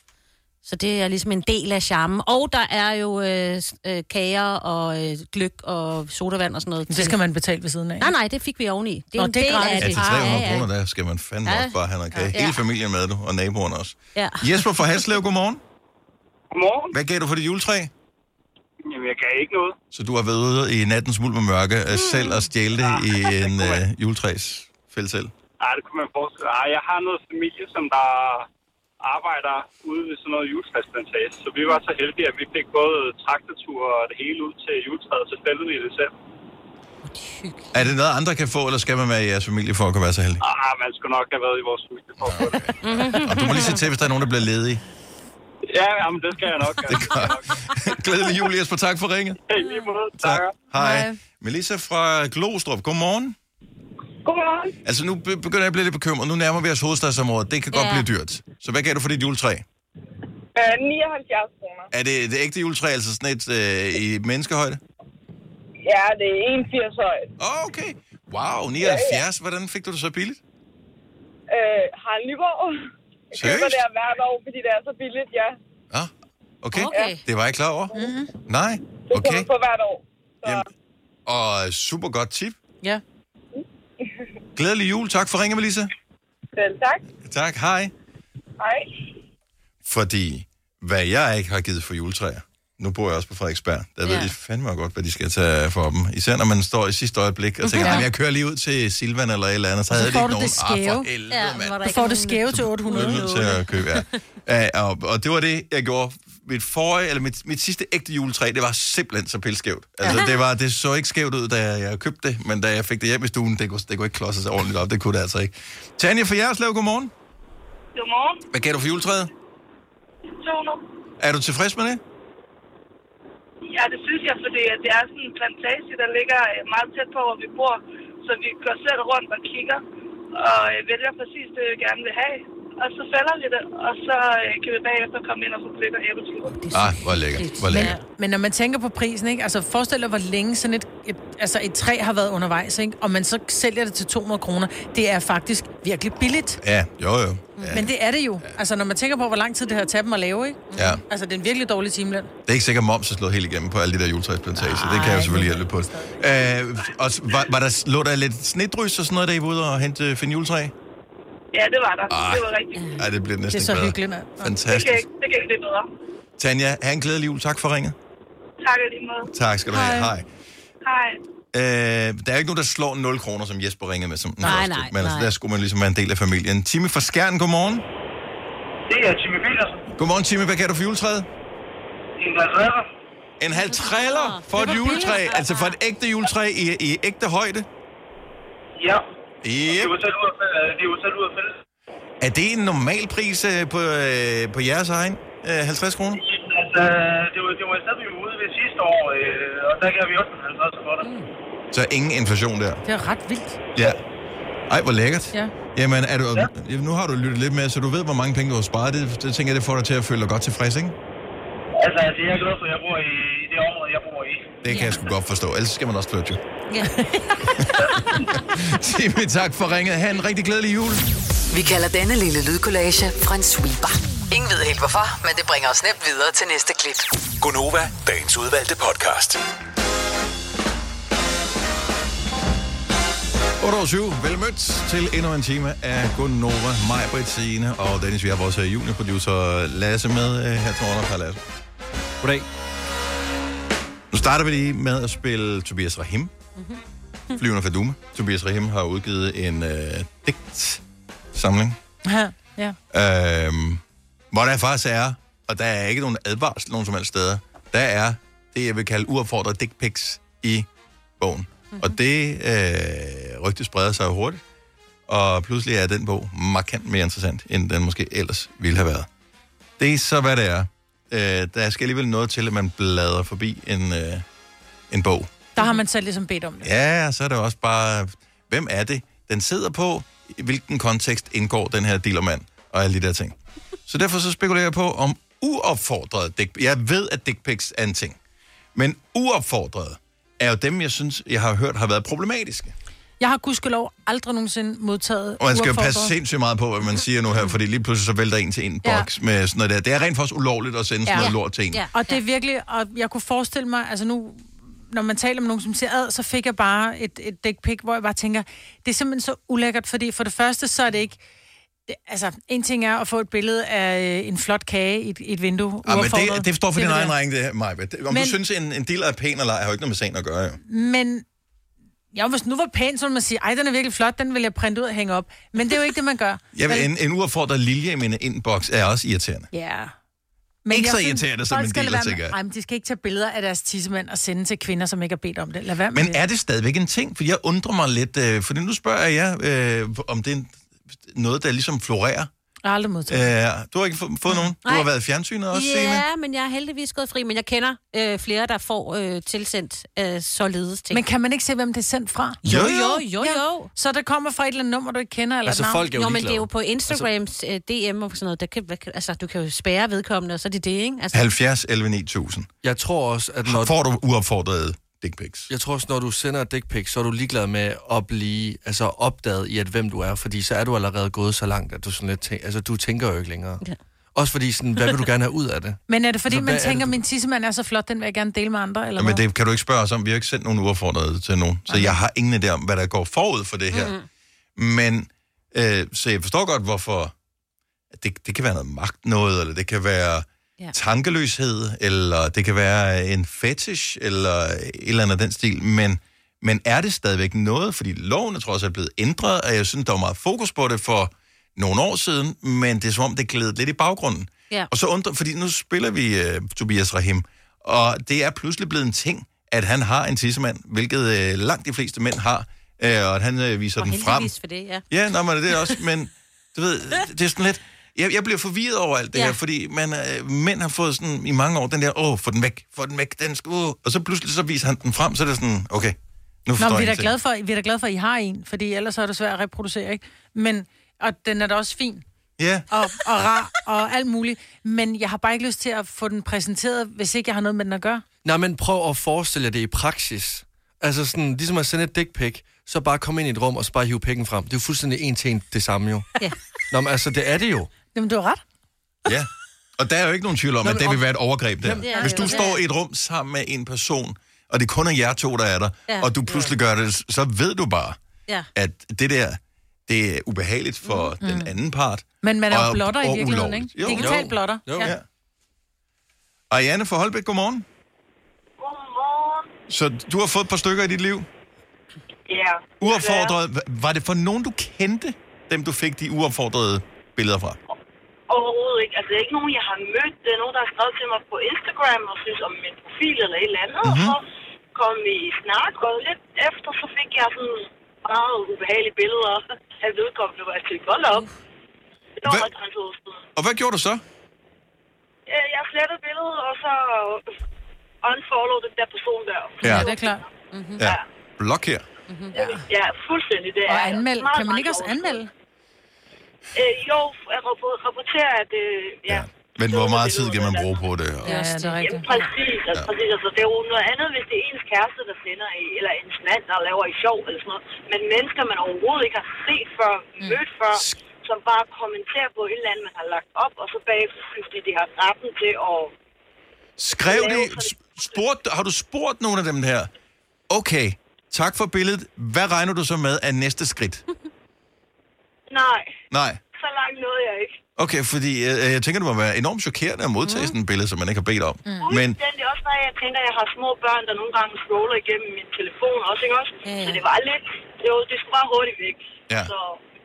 Så det er ligesom en del af charmen. Og der er jo øh, s- øh, kager og øh, gløk og sodavand og sådan noget. Men Det skal man betale ved siden af. Nej, nej, det fik vi oveni. Det er Nå, Nå, en det er del gratis. af Ja, det. Ah, til 300 ja, ja. kroner, der skal man fandme Ja. også bare have noget kage. Ja. Hele familien med, du, og naboerne også. Ja. Jesper fra Haslev, godmorgen. Godmorgen. Hvad gav du for dit juletræ? Jamen, jeg kan ikke noget. Så du har været ude i nattens mulm og mørke mm. selv og stjæle det i en øh, juletræs fældsel. Nej, det kunne man forestille sig. Jeg har noget familie, som der arbejder ude ved sådan noget juletræsplantage. Så vi var så heldige, at vi fik både traktortur og det hele ud til juletræet, så fældede vi det selv. Er det noget, andre kan få, eller skal man være i jeres familie for at kunne være så heldig? Ah, man skulle nok have været i vores familie for at få det. Og du må lige se til, hvis der er nogen, der bliver ledige. Ja, jamen, det skal jeg nok. Det gør Glædelig jul, Jesper. Tak for ringet. Hey, lige måde. Tak. Hej. Hej. Melissa fra Glostrup, godmorgen. godmorgen. Altså, nu be- begynder jeg at blive lidt bekymret. Nu nærmer vi os hovedstadsområdet. Det kan godt Ja. blive dyrt. Så hvad gav du for dit juletræ? Øh, 79 kroner. Er det det ægte juletræ, altså sådan et øh, i menneskehøjde? Ja, det er 81 højt. Okay. Wow, 79. Hvordan fik du det så billigt? Øh, har en Nyborg. Jeg køber Seriøst? det her hvert år, fordi det er så billigt, ja. Okay. Okay. Det var jeg ikke klar over. Mm-hmm. Nej. Det kan Okay. man få hvert år. Og super godt tip. Ja. Glædelig jul. Tak for ringen, Melissa. Selv tak. Tak. Hej. Hej. Fordi hvad jeg ikke har givet for juletræer, nu bor jeg også på Frederiksberg, der ja. ved Ja. de fandme godt, hvad de skal tage for dem. Især når man står i sidste øjeblik og tænker, Ja. ja. jeg kører lige ud til Silvan eller et eller andet, så, havde Så de får ikke du nogen. det skæve. Ah, for helvede, Ja, mand. du får det skæve til 800. Jeg er nødt til at købe, ja. ja og, og det var det, jeg gjorde. Mit forrige, eller mit, mit sidste ægte juletræ, det var simpelthen så pilskævt. Altså, det, var, det så ikke skævt ud, da jeg købte det, men da jeg fik det hjem i stuen, det kunne, det kunne ikke klodse sig ordentligt op. Det kunne det altså ikke. Tanja fra Jerslev, godmorgen. Godmorgen. Hvad gav du for juletræet? 200. Er du tilfreds med det? Ja, det synes jeg, fordi at det er sådan en plantage, der ligger øh, meget tæt på, hvor vi bor. Så vi går selv rundt og kigger og øh, vælger præcis det, vi gerne vil have. Og så fælder vi det, og så øh, kan vi bagefter komme ind og få lidt af æbleskiver. Ah, hvor lækkert. Hvor lækkert. Men når man tænker på prisen, ikke? Altså forestil dig, hvor længe sådan et, et, altså et træ har været undervejs, ikke? Og man så sælger det til 200 kroner. Det er faktisk virkelig billigt. Ja, jo jo. Ja. Men det er det jo. Altså når man tænker på, hvor lang tid det har taget dem at lave, ikke? Ja. Altså det er en virkelig dårlig timeløn. Det er ikke sikkert, at moms er slået helt igennem på alle de der juletræsplantager. Det kan jeg jo selvfølgelig hjælpe på. Øh, og s- var, var der, lå der lidt snedrys og sådan noget, da I var ude og hente øh, finde juletræ? Ja, det var der. Ah. Det var rigtigt. Ej, det bliver næsten ikke bedre. mand. Det Fantastisk. kan, ikke- det kan ikke blive bedre. Tanja, have en glædelig jul. Tak for ringet. Tak i lige måde. Tak skal du have. Hej. Hej. Øh, der er jo ikke nogen, der slår 0 kroner, som Jesper ringede med som den Nej, første. nej, Men altså, nej. der skulle man ligesom være en del af familien. Timmy fra Skjern, godmorgen. Det er Jimmy Petersen. Godmorgen, Timmy. Hvad kan du for juletræet? En reserve. En halv træller for et juletræ. Altså for et ægte juletræ i, i ægte højde. Ja. Yep. De var selv ude at fælde. øh, De var selv ude at fælde. Er det en normal pris øh, på, øh, på jeres egen? Øh, 50 kroner? Altså, det var, det var i stedet, vi var ude ved sidste år, øh, og der gav vi altså, også en 50 for det. Så ingen inflation der. Det er ret vildt. Ja. Ej, hvor lækkert. Ja. Jamen, er du, ja. nu har du lyttet lidt med, så du ved, hvor mange penge du har sparet. Det, det tænker jeg, det får dig til at føle dig godt tilfreds, ikke? Altså, altså, jeg er glad for, at jeg bor i, i det område, jeg bor i. Det kan jeg sgu godt forstå. Ellers skal man også flytte, jo. Timmy, tak for ringet. Ha' en rigtig glædelig jul. Vi kalder denne lille lydkollage en sweeper. Ingen ved helt hvorfor, men det bringer os nemt videre til næste klip. Gunova, dagens udvalgte podcast. 8 over 7. Vel mødt til endnu en time af Gunnova, mig, Britt, Signe og Dennis. Vi har vores øh, juniorproducer Lasse med øh, her til morgen. Hej, Lasse. Goddag. Nu starter vi lige med at spille Tobias Rahim. Mm-hmm. Flyvende fra Duma. Tobias Rahim har udgivet en øh, digtsamling, Ja. ja. øh, hvor der faktisk er, og der er ikke nogen advarsel nogen som helst steder, der er det, jeg vil kalde uopfordret dick pics i bogen. Mm-hmm. Og det øh, rygte spreder sig jo hurtigt, og pludselig er den bog markant mere interessant, end den måske ellers ville have været. Det er så, hvad det er. Øh, der skal alligevel noget til, at man bladrer forbi en, øh, en bog. Der har man selv ligesom bedt om det. Ja, så er det også bare, hvem er det, den sidder på, i hvilken kontekst indgår den her dealermand, og alle de der ting. Så derfor så spekulerer jeg på, om uopfordrede dick Jeg ved, at dick pics er en ting. Men uopfordrede er jo dem, jeg synes, jeg har hørt, har været problematiske. Jeg har gudskelov aldrig nogensinde modtaget Og man skal jo passe uopfordret- sindssygt meget på, hvad man siger nu her, fordi lige pludselig så vælter en til en Ja. boks med sådan noget der. Det er rent faktisk ulovligt at sende sådan noget lort til en. Ah, Ja. Og det er virkelig, og jeg kunne forestille mig, altså nu, når man taler med nogen, som siger, ad, så fik jeg bare et, et dick pic, hvor jeg bare tænker, det er simpelthen så ulækkert, fordi for det første, så er det ikke, det, altså, en ting er at få et billede af øh, en flot kage i et, i et vindue. Ja, Ah, men uopfordret. det, det står for din vil egen jeg. regning, det her, Maja. Om men... Men- du synes, en, en dealer er pæn eller ej, har jo ikke noget med sagen at gøre, jo. Men ja, hvis den nu var pæn, så ville man sige, ej, den er virkelig flot, den vil jeg printe ud og hænge op. Men det er jo ikke det, man gør. Jeg vil, Vel? en, en uopfordret lilje i mine inbox er også irriterende. Ja. Ikke jeg så synes, irriterende som folk en skal dealer, lade være med- tænker jeg. Ej, men de skal ikke tage billeder af deres tissemænd og sende til kvinder, som ikke har bedt om det. Lad være med Men er det stadigvæk en ting? For jeg undrer mig lidt, øh, for nu spørger jeg jer, øh, om det er en- noget, der ligesom florerer. Jeg har aldrig modtaget. Øh, du har ikke få- fået nogen? Du Nej. har været i fjernsynet også, ja, Signe? men jeg er heldigvis gået fri, men jeg kender øh, flere, der får øh, tilsendt øh, således ting. Men kan man ikke se, hvem det er sendt fra? Jo, jo, jo, jo. Ja. Så det kommer fra et eller andet nummer, du ikke kender, Altså, eller et navn? jo, men det er jo på Instagrams øh, DM og sådan noget. Der kan, hvad kan- altså, du kan jo spære vedkommende, og så er det det, ikke? Altså, 70 11 9000. Jeg tror også, at når... Får du uopfordrede dick pics? Jeg tror også, når du sender et dick pic, så er du ligeglad med at blive altså, opdaget i, at hvem du er, fordi så er du allerede gået så langt, at du sådan lidt tænker, altså, du tænker jo ikke længere. Ja. Også fordi, sådan, hvad vil du gerne have ud af det? Men er det fordi, Altså, altså, hvad man tænker, er min tissemand er så flot, den vil jeg gerne dele med andre? Eller Men hvad? det kan du ikke spørge os om. Vi har ikke sendt nogen uopfordrede til nogen. Så jeg har ingen idé om, hvad der går forud for det her. Mm-hmm. Men, øh, så jeg forstår godt, hvorfor... at Det, det kan være noget magt noget, eller det kan være Ja. tankeløshed, eller det kan være en fetish, eller et eller andet af den stil. Men, men er det stadigvæk noget? Fordi loven er trods alt blevet ændret, og jeg synes, der var meget fokus på det for nogle år siden, men det er som om, det glæder lidt i baggrunden. ja. Og så undrer, fordi nu spiller vi øh, Tobias Rahim, og det er pludselig blevet en ting, at han har en tissemand, hvilket øh, langt de fleste mænd har, øh, og at han øh, viser og den frem. heldigvis for det, ja. Ja, nå, men det er også, men du ved, det er sådan lidt, jeg, jeg bliver forvirret over alt det Ja. ja. her, fordi man, øh, mænd har fået sådan i mange år den der, åh, få den væk, få den væk, den skal, uh, og så pludselig så viser han den frem, så er det sådan, okay, nu forstår Nå, men vi jeg er, da ingenting. glade for, vi er da glade for, at I har en, fordi ellers er det svært at reproducere, ikke? Men, og den er da også fin. Ja. Og, og rar, og alt muligt. Men jeg har bare ikke lyst til at få den præsenteret, hvis ikke jeg har noget med den at gøre. Nej, men prøv at forestille jer det i praksis. Altså sådan, ligesom at sende et dick pic, så bare komme ind i et rum og så bare hive pikken frem. Det er jo fuldstændig en til en det samme jo. Ja. Nå, men altså, det er det jo. Jamen, du har ret. Ja. Og der er jo ikke nogen tvivl om, Nå, at men det vil om- være et overgreb der. Jamen, det er Hvis det du jo. står i et rum sammen med en person, og det kun er jer to, der er der, Ja. og du pludselig gør det, så ved du bare, ja. at det der, det er ubehageligt for Mm. den anden part. Men man er jo Og- blotter i og virkeligheden, ulovligt. ikke? Jo. Digital Jo. blotter. Jo. Ja. Ariane fra Holbæk, godmorgen. Godmorgen. Så du har fået et par stykker i dit liv. Ja. Uopfordret. Hva- Var det for nogen, du kendte, dem du fik de uopfordrede billeder fra? Overhovedet ikke. Altså, det er ikke nogen, jeg har mødt. Det er nogen, der har skrevet til mig på Instagram og synes om min profil eller et eller andet. Mm-hmm. Og Mhm. så kom vi i snak, og lidt efter, så fik jeg sådan meget ubehagelige billeder af vedkommende, hvor jeg tænkte, hold da op. Det var Hvad- meget grænseoverskridende. Og hvad gjorde du så? Øh, Jeg slettede billedet, og så unfollowede den der person der. Ja. Ja, det er klart. Mhm. Mm-hmm. Ja. Blok her. Ja. ja, fuldstændig. Det Og er anmeld. meget, Kan man meget ikke også anmelde? Øh, jo, jeg rappo- rapporterer, at... Øh, ja. Men hvor meget tid kan man bruge på det? Og... Ja, det er rigtigt. Jamen, præcis, altså, ja. præcis. Altså, det er jo noget andet, hvis det er ens kæreste, der sender i, eller ens mand, der laver i sjov eller sådan noget. Men mennesker, man overhovedet ikke har set før, Mm. mødt før, som bare kommenterer på et eller andet, man har lagt op, og så bagefter synes de, de har retten til at... Skrev det? Spurgt, har du spurgt nogen af dem her? Okay, tak for billedet. Hvad regner du så med af næste skridt? Nej, Nej. så langt nåede jeg ikke. Okay, fordi øh, jeg tænker, det må være enormt chokerende at modtage sådan et billede, som man ikke har bedt om. Mm. Men... Men Fuldstændig også, når jeg tænker, at jeg har små børn, der nogle gange scroller igennem min telefon også, ikke også? Ja, ja. Så det var lidt... Det, var, det skulle bare hurtigt væk. Ja. Så,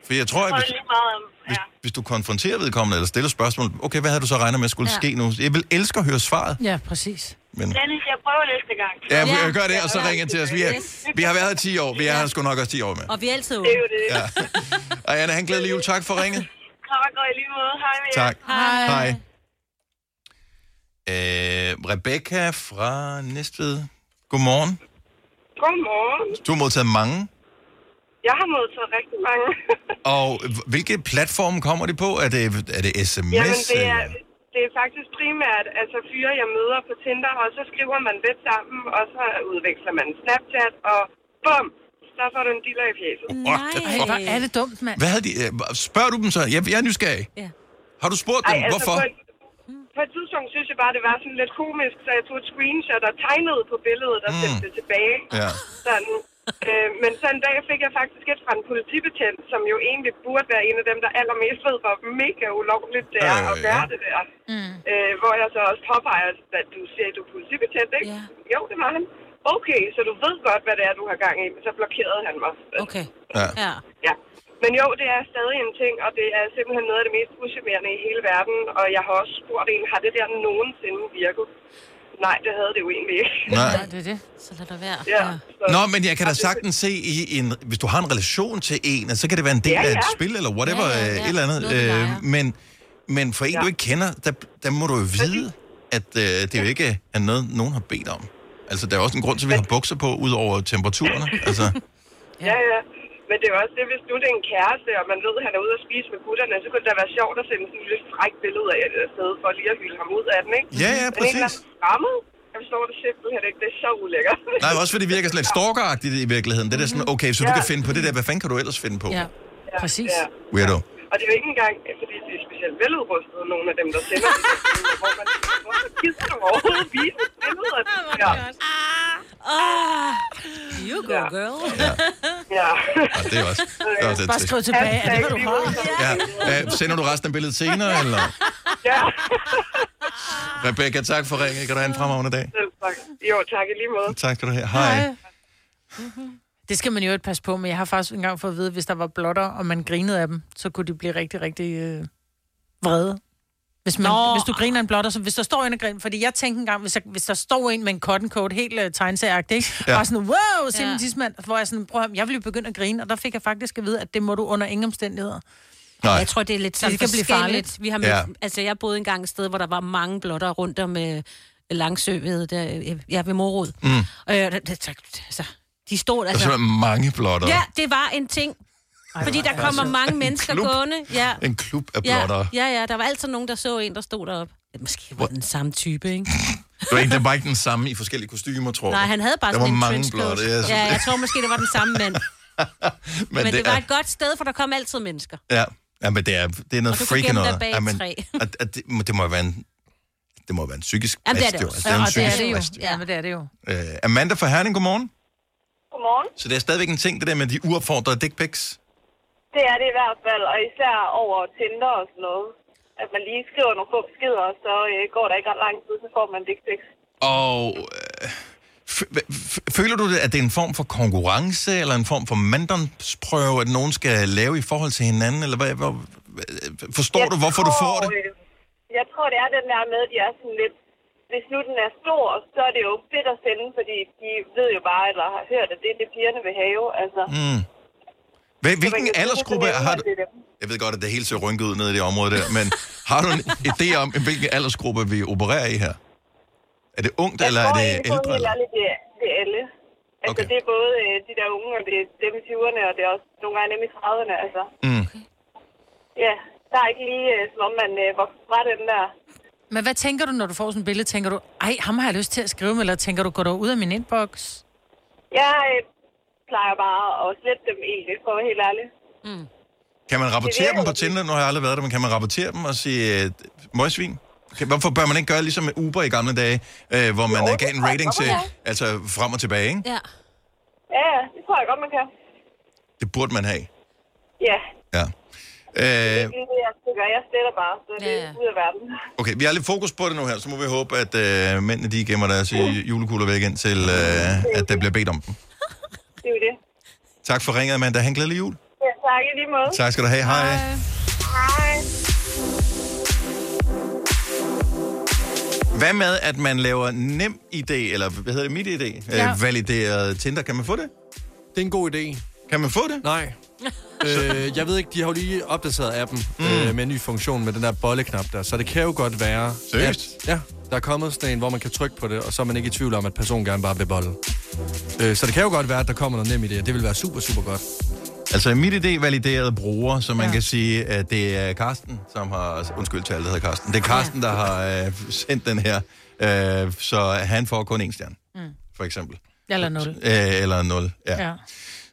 for jeg tror, så var at det hvis, lige meget... om- Ja. hvis du konfronterer vedkommende eller stiller spørgsmål, okay, hvad havde du så regnet med skulle Ja. ja. ske nu? Jeg vil elske at høre svaret. Ja, præcis. Men... Dennis, jeg prøver næste gang. Ja, vi gør det, og så ringer til os. Vi, er, vi har været her 10 år. Vi er her sgu nok også 10 år med. Og vi er altid Det er jo det. Ja. Og Anna, han glæder jul. Tak for ringet. Tak, og i lige måde. Hej med jer. Tak. Hej. Øh, Rebecca fra Næstved. Godmorgen. Godmorgen. Du har modtaget mange. Jeg har modtaget rigtig mange. Og h- hvilke platforme kommer de på? Er det, er det sms? Jamen, det er, eller- det er faktisk primært altså fyre, jeg møder på Tinder, og så skriver man lidt sammen, og så udveksler man Snapchat, og bum, så får du en dealer i fjeset. Ej, hvor er det dumt, mand. Hvad havde de, øh, spørger du dem så? Jeg, jeg er nysgerrig. Ja. Har du spurgt dem, Ej, altså, hvorfor? På et, på et tidspunkt synes jeg bare, det var sådan lidt komisk, så jeg tog et screenshot og tegnede på billedet og Mm. mm. sendte det tilbage. Ja. Sådan. Øh, men så en dag fik jeg faktisk et fra en politibetjent, som jo egentlig burde være en af dem, der allermest ved, hvor mega ulovligt det er Øh, øh, at gøre ja. ja. det der. Mm. Øh, hvor jeg så også påpeger, at du siger, at du er politibetjent, ikke? Ja. Jo, det var han. Okay, så du ved godt, hvad det er, du har gang i, men så blokerede han mig. Okay. Ja. ja. Ja. Men jo, det er stadig en ting, og det er simpelthen noget af det mest uschammerende i hele verden. Og jeg har også spurgt en, har det der nogensinde virket? Nej, det havde det jo egentlig ikke. Nej. det er det. Så lad det være. Ja. Så, Nå, men jeg kan da sagtens se, i en, hvis du har en relation til en, altså, så kan det være en del Ja, af ja. et spil, eller whatever, Ja, ja, ja, ja. et eller andet. Noget, vi leger. øh, men, men for en, Ja. ja. du ikke kender, der, der må du jo vide, at øh, det jo ikke er noget, nogen har bedt om. Altså, der er også en grund til, at vi har bukser på, ud over temperaturerne. Altså, ja, ja. Men det er jo også det, hvis nu det er en kæreste, og man ved, at han er ude at spise med gutterne, så kunne det da være sjovt at sende sådan et lidt frækt billede af et sted, for lige at hylde ham ud af den, ikke? Ja, ja, Men en eller anden fremmed, jeg forstår det simpelthen ikke. Det er så ulækkert. nej, men også fordi det virker sådan lidt stalkeragtigt i virkeligheden. Det er sådan, okay, så du Mhm. Ja. kan finde på det der. Hvad fanden kan du ellers finde på? Ja, præcis. Ja. Weirdo. Og det er jo ikke engang, fordi de er specielt veludrustede, nogle af dem, der sender det, hvor man hvorfor gider du overhovedet vise et billede af det her? Ah, you go, girl. Ja. Ja. Og det er også... Det er også lidt Bare trist. skriv tilbage, er det, hvad du har? Ja. Øh, sender du resten af billedet senere, eller? Ja. Rebecca, tak for ringen. Kan du have en fremragende dag? Selv tak. Jo, tak i lige måde. Tak skal du have. Hej. Hej. Mm-hmm. Det skal man jo ikke passe på med. Jeg har faktisk engang fået at vide, at hvis der var blotter, og man grinede af dem, så kunne de blive rigtig, rigtig øh, vrede. Hvis, man, Nå. hvis du griner af en blotter, så hvis der står en og griner, fordi jeg tænkte engang, hvis, jeg, hvis der står en med en cotton coat, helt øh, tegnsagagtig, ikke? Ja. Ja. og sådan, wow, Simon Ja. ja. Tismand, hvor jeg sådan, prøv at høre, jeg ville jo begynde at grine, og der fik jeg faktisk at vide, at det må du under ingen omstændigheder. Nej. Jeg tror, det er lidt Det sådan det kan kan blive blive farligt. farligt. Vi har mødt, Ja. ja. Altså, jeg boede engang et sted, hvor der var mange blotter rundt om øh, Langsø, ved, der, øh, ja, ved Morud. Mm. Der Og, øh, der- der- altså, de stod er altså... simpelthen mange blotter. Ja, det var en ting. Ej, Fordi hvor er der det kommer altså- sjovt. mange En mennesker klub. gående. Ja. En klub af ja, blotter. Ja. ja, ja, der var altid nogen, der så en, der stod deroppe. Ja, Måske var den samme type, ikke? Det var ikke, det var ikke den samme i forskellige kostymer, tror jeg. Nej, han havde bare der sådan en var mange trenchcoat. blotter. Jeg synes, Ja, jeg tror måske, det var den samme mand. men, Men, men det, det var er, et godt sted, for der kom altid mennesker. Ja. ja, men det er, det er Og noget du kan freaking gemme dig noget. bag et ja, men, træ. at, at det, må- det, må jo være en, det må jo være en psykisk Jamen, det er plast, det jo. også. Altså, det og det er en er psykisk det jo. plast. Ja, men det er det jo. Øh, Amanda fra Herning, godmorgen. Godmorgen. Så det er stadigvæk en ting, det der med de uopfordrede dick pics. Det er det i hvert fald, og især over Tinder og sådan noget. At man lige skriver nogle få beskeder, og så øh, går der ikke ret lang tid, så får man dick pics. Og øh, f- f- føler du, det, at det er en form for konkurrence, eller en form for manddomsprøve, at nogen skal lave i forhold til hinanden? Eller hvad, hvor, øh, forstår du, hvorfor du får det? øh, Jeg tror, det er den der med, at de er sådan lidt... Hvis nu den er stor, så er det jo fedt at sende, fordi de ved jo bare, eller har hørt, at det er det, pigerne vil have. Altså, Mm. Hvil- Hvilken kan- aldersgruppe Altså, det er har du... det, det er. Jeg ved godt, at det hele ser rynket ud nede i det område der, men har du en idé om, hvilken aldersgruppe vi opererer i her? Er det ungt, eller er det egentlig ældre? kun helt Eller? ærligt, det, er, det er alle. Altså, Okay. det er både øh, de der unge, og det er dem i 20'erne, og det er også nogle gange dem i 30'erne, altså. Mm. Ja, der er ikke lige, øh, som om man øh, vokser fra den der. Men hvad tænker du, når du får sådan et billede? Tænker du, ej, ham har jeg lyst til at skrive med, eller tænker du, går du ud af min inbox? Jeg øh, plejer bare at slette dem egentlig, for at være helt ærligt. Mm. Kan man rapportere virker dem på Tinder? Nu har jeg aldrig været der, men kan man rapportere dem og sige, øh, møgsvin? Kan- Hvorfor bør man ikke gøre ligesom med Uber i gamle dage, øh, hvor man Jo, øh, gav en hvorfor- rating til, hvorfor altså frem og tilbage, ikke? Ja. Ja, ja, det tror jeg godt, man kan. Det burde man have. Ja, Ja. Øh, det er det, jeg tænker. Jeg sletter bare, så det er ud af verden. okay, vi har lidt fokus på det nu her, så må vi håbe, at øh, mændene de gemmer deres øh, julekugler væk ind til, øh, at der bliver bedt om dem. Det er jo det. Tak for ringet, Amanda. Han glædelig jul. Ja, tak i lige måde. Tak skal du have. Hej. Hej. Hej. Hvad med, at man laver nem idé, eller hvad hedder det, mit idé, Ja. ja. øh, valideret Tinder? Kan man få det? Det er en god idé. Kan man få det? Nej. øh, jeg ved ikke, de har jo lige opdateret appen mm. øh, med en ny funktion med den der bolleknap der, så det kan jo godt være... Seriøst? At, ja, der er kommet sådan en, hvor man kan trykke på det, og så er man ikke i tvivl om, at personen gerne bare vil bolle. Øh, så det kan jo godt være, at der kommer noget nem idé, og det vil være super, super godt. Altså, mit idé valideret bruger, så man ja. kan sige, at det er Karsten, som har... Undskyld til alle, der hedder Karsten. Det er Karsten, der har øh, sendt den her. Øh, så han får kun én stjerne, Mm. for eksempel. Eller nul. Øh, eller 0, ja. ja. Ja.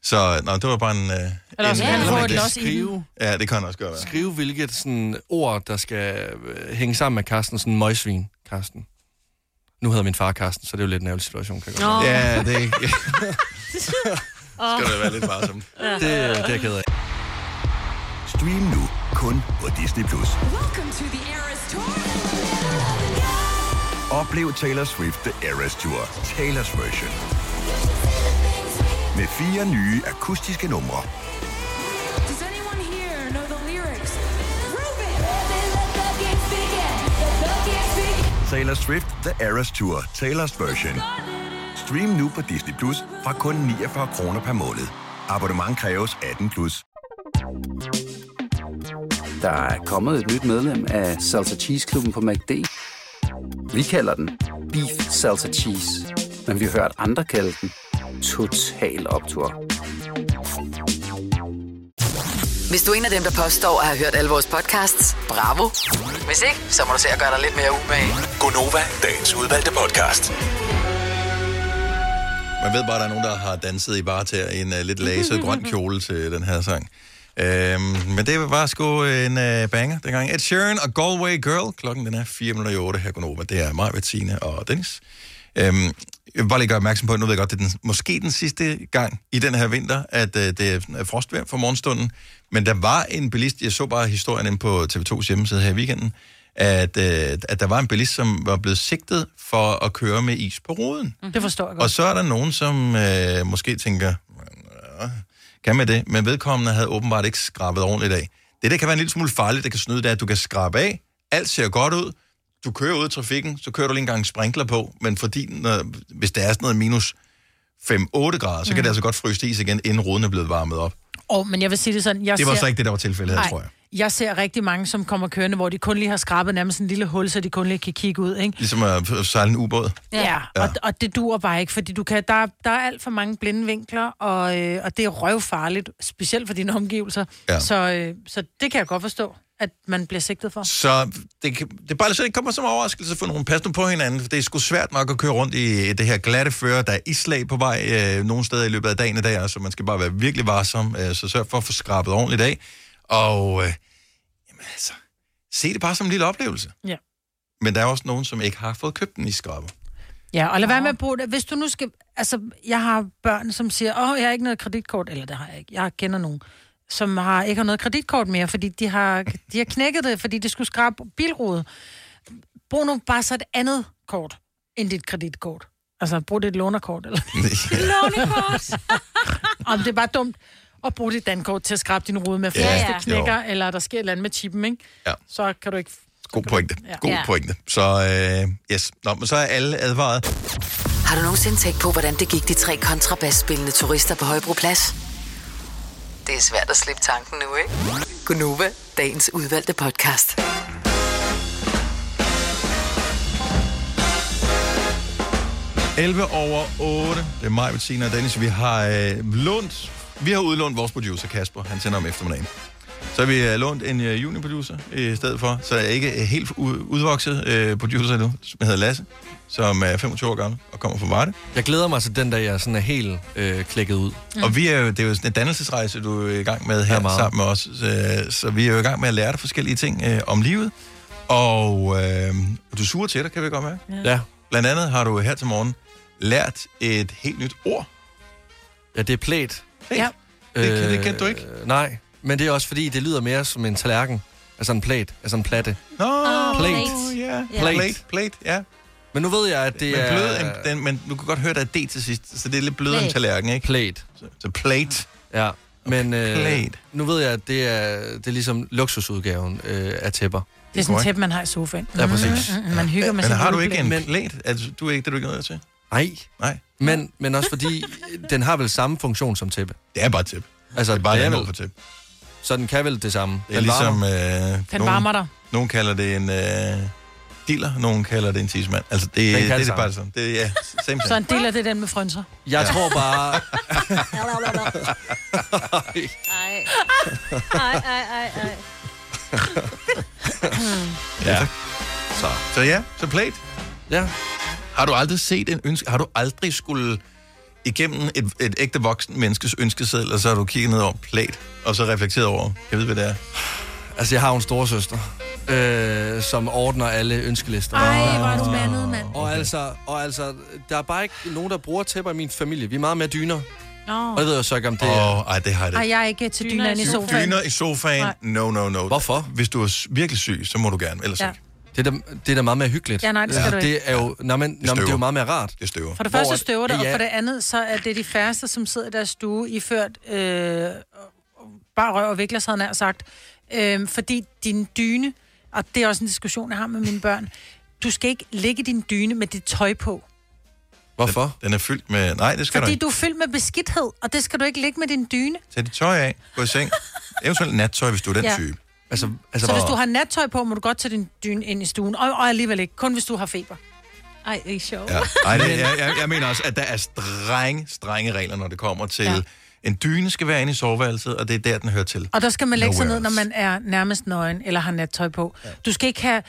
Så nå, det var bare en... Øh, Eller også en- kan han en- få en- et en- los i den. Skrive. Uh. Ja, det kan han også gøre. være. Skrive, hvilket sådan, ord, der skal øh, hænge sammen med Karsten, sådan møgsvin, Karsten. Nu hedder min far Karsten, så det er jo lidt en ærgerlig situation, kan jeg godt Nå. mærke. Ja, det er ikke... Åh. Skal du være lidt varsom. Ja. Det, det er jeg ked af. Stream nu kun på Disney+. Plus. Welcome to the Eras Tour. Oplev Taylor Swift The Eras Tour, Taylor's version. Med fire nye akustiske numre. Does anyone here know the lyrics? Taylor Swift The Eras Tour, Taylor's version. Stream nu på Disney Plus fra kun 49 kroner per måned. Abonnement kræves 18 plus. Der er kommet et nyt medlem af Salsa Cheese Klubben på MACD. Vi kalder den Beef Salsa Cheese, men vi har hørt andre kalde den Total Optor. Hvis du er en af dem, der påstår at have hørt alle vores podcasts, bravo. Hvis ikke, så må du se at gøre dig lidt mere umage. Gonova, dagens udvalgte podcast. Man ved bare, at der er nogen, der har danset i barter i en uh, lidt laset grøn kjole til øh, den her sang. Øhm, men det var sgu en øh, banger dengang. Ed Sheeran og Galway Girl. Klokken den er 4 minutter i 8 her på Nova. Det er mig, Bettina og Dennis. Øhm, jeg vil bare lige gøre opmærksom på, at nu ved jeg godt, det er den, måske den sidste gang i den her vinter, at øh, det er sådan, øh, frostvejr for morgenstunden. Men der var en bilist, jeg så bare historien inde på TV2's hjemmeside her i weekenden, at, øh, at der var en bilist, som var blevet sigtet for at køre med is på ruden. Det forstår jeg godt. Og så er der nogen, som øh, måske tænker, "Nå, kan man det? Men vedkommende havde åbenbart ikke skrabet ordentligt af. Det, der kan være en lille smule farligt, der kan snyde, det er, at du kan skrabe af. Alt ser godt ud. Du kører ud i trafikken, så kører du lige engang sprinkler på. Men fordi, når, hvis der er sådan noget minus 5-8 grader, så kan Mm. det altså godt fryse til is igen, inden ruden er blevet varmet op. Og, men jeg vil sige det sådan, jeg det var ser... så ikke det, der var tilfældet her, Nej. tror jeg. Jeg ser rigtig mange, som kommer kørende, hvor de kun lige har skrabet nærmest en lille hul, så de kun lige kan kigge ud, ikke? Ligesom at at sejle en ubåd. Ja, ja. Og, og det duer bare ikke, fordi du kan, der, der er alt for mange blinde vinkler, og, øh, og det er røvfarligt, specielt for dine omgivelser. Ja. Så, øh, så det kan jeg godt forstå, at man bliver sigtet for. Så det, kan- det er bare så det kommer som en overraskelse for nogen. Pas nu på hinanden, for det er sgu svært nok at køre rundt i det her glatte føre. Der er islag på vej øh, nogle steder i løbet af dagen i dag, så man skal bare være virkelig varsom. Øh, så sørg for at få skrabet ordentligt af. Og øh, jamen altså, se det bare som en lille oplevelse. Ja. Men der er også nogen, som ikke har fået købt en isskraber. Ja, og lad være med at bruge det. Hvis du nu skal... Altså, jeg har børn, som siger, åh, jeg har ikke noget kreditkort, eller det har jeg ikke. Jeg kender nogen, som har, ikke har noget kreditkort mere, fordi de har, de har knækket det, fordi det skulle skrabe bilrude. Brug nu bare så et andet kort, end dit kreditkort. Altså, brug dit lånerkort, eller... lånerkort! Om det er bare dumt at bruge dit dankort til at skrabe din rude med, for Ja, ja, hvis ja. det knækker, eller der sker et eller andet med chippen, ikke? Ja. Så kan du ikke... God pointe. Ja. God Ja. pointe. Så øh, yes. Nå, men så er alle advaret. Har du nogensinde tænkt på, hvordan det gik de tre kontrabasspillende turister på Højbroplads? Det er svært at slippe tanken nu, ikke? Gunova, dagens udvalgte podcast. Mm. 11 over 8. Det er mig, Bettina og Dennis. Vi har øh, lånt... Vi har udlånt vores producer, Kasper. Han sender om eftermiddagen. Så har vi øh, lånt en øh, juniorproducer øh, i stedet for. Så er jeg ikke øh, helt u- udvokset øh, producer endnu. Som hedder Lasse, som er 25 år gammel og kommer fra Varde. Jeg glæder mig til den dag, jeg sådan er helt øh, klækket ud. Mm. Og vi er jo, det er jo sådan en dannelsesrejse, Altså, du øh, er i gang med her ja, sammen med os. Så, så vi er jo i gang med at lære dig forskellige ting øh, om livet. Og øh, du suger til dig, kan vi godt mærke. Ja. Blandt andet har du her til morgen lært et helt nyt ord. Ja, det er plæt. Ja. Det, kan, det kendte du ikke? Øh, nej, men det er også fordi, det lyder mere som en tallerken. Altså en plæt, altså en platte. Nå, Ah, Plate. Ja. Ja. Plate. Plate. Plate, ja. Men nu ved jeg, at det men er- Blød, en, den, men du kan godt høre, der er D til sidst, så det er lidt blødere end Plate. tallerken, ikke? Plate. Så, så plate. Ja, men øh, plate. nu ved jeg, at det er, det er ligesom luksusudgaven øh, af tæpper. Det er sådan et tæppe, man har i sofaen. Ja, præcis. Mm, mm, mm, man hygger med Men sin har du ikke juleplæne. en plate? Altså, du er ikke, det er du ikke nødt til? Nej. Nej. Men, men også fordi, den har vel samme funktion som tæppe. Det er bare tæppe. Altså, det er bare et det andet vel. ord for tæppe. Så den kan vel det samme. Det er ligesom... Øh, nogen- varmer dig. Nogen kalder det en øh, diller, nogen kalder det en tidsmand. Altså, det, det, kan det, det det, er samme. bare det samme. øh, Det, ja, same Så thing. en del af det er den med frønser. Jeg tror bare... Ej. Ej, ej, ej, ej. ja. Så. så ja, så plate. Ja. Har du aldrig set en ønske... Har du aldrig skulle igennem et, et ægte voksen menneskes ønskeseddel, og så har du kigget ned over plate, og så reflekteret over, jeg ved, hvad det er. Altså, jeg har jo en storesøster, øh, som ordner alle ønskelister. Ej, hvor er du mandet, mand. Og altså, og altså, der er bare ikke nogen, der bruger tæpper i min familie. Vi er meget mere dyner. Nå. Og jeg ved jo så ikke, om det Åh, oh, ej, det har jeg det. Ej, jeg er ikke til Dyner dyneren i sofaen. Dyner i sofaen? Nej. No, no, no. Hvorfor? Hvis du er s- virkelig syg, så må du gerne, ellers Ja. ja. Det er, da, det er da meget mere hyggeligt. Altså, Ja, nej, det skal du Det ikke. er jo, nå, men, det, nå, men det er jo meget mere rart. Det støver. For det første støver det, og for det andet, så er det de færreste, som sidder i deres stue iført øh, bare røv og vikler, så Øhm, havde jeg nær sagt. Øh, fordi din dyne, og det er også en diskussion, jeg har med mine børn, du skal ikke ligge i din dyne med dit tøj på. Hvorfor? Den, den er fyldt med... Nej, det skal Fordi du du er fyldt med beskidthed, og det skal du ikke ligge med din dyne. ikke. Tag dit tøj af, gå i seng. Eventuelt nattøj, hvis du er den Ja. type. Altså, Altså, så hvis du har nattøj på, må du godt tage din dyne ind i stuen. Og, og alligevel ikke. Kun hvis du har feber. Ej, ikke sjovt. Ja. Ej, det, jeg, jeg, jeg mener også, at der er strenge, strenge regler, når det kommer til... Ja. En dyne skal være inde i soveværelset, og det er der, den hører til. Og der skal man lægge sig Nowhere ned, når man er nærmest nøgen, eller har nattøj på. Ja. Du skal ikke have...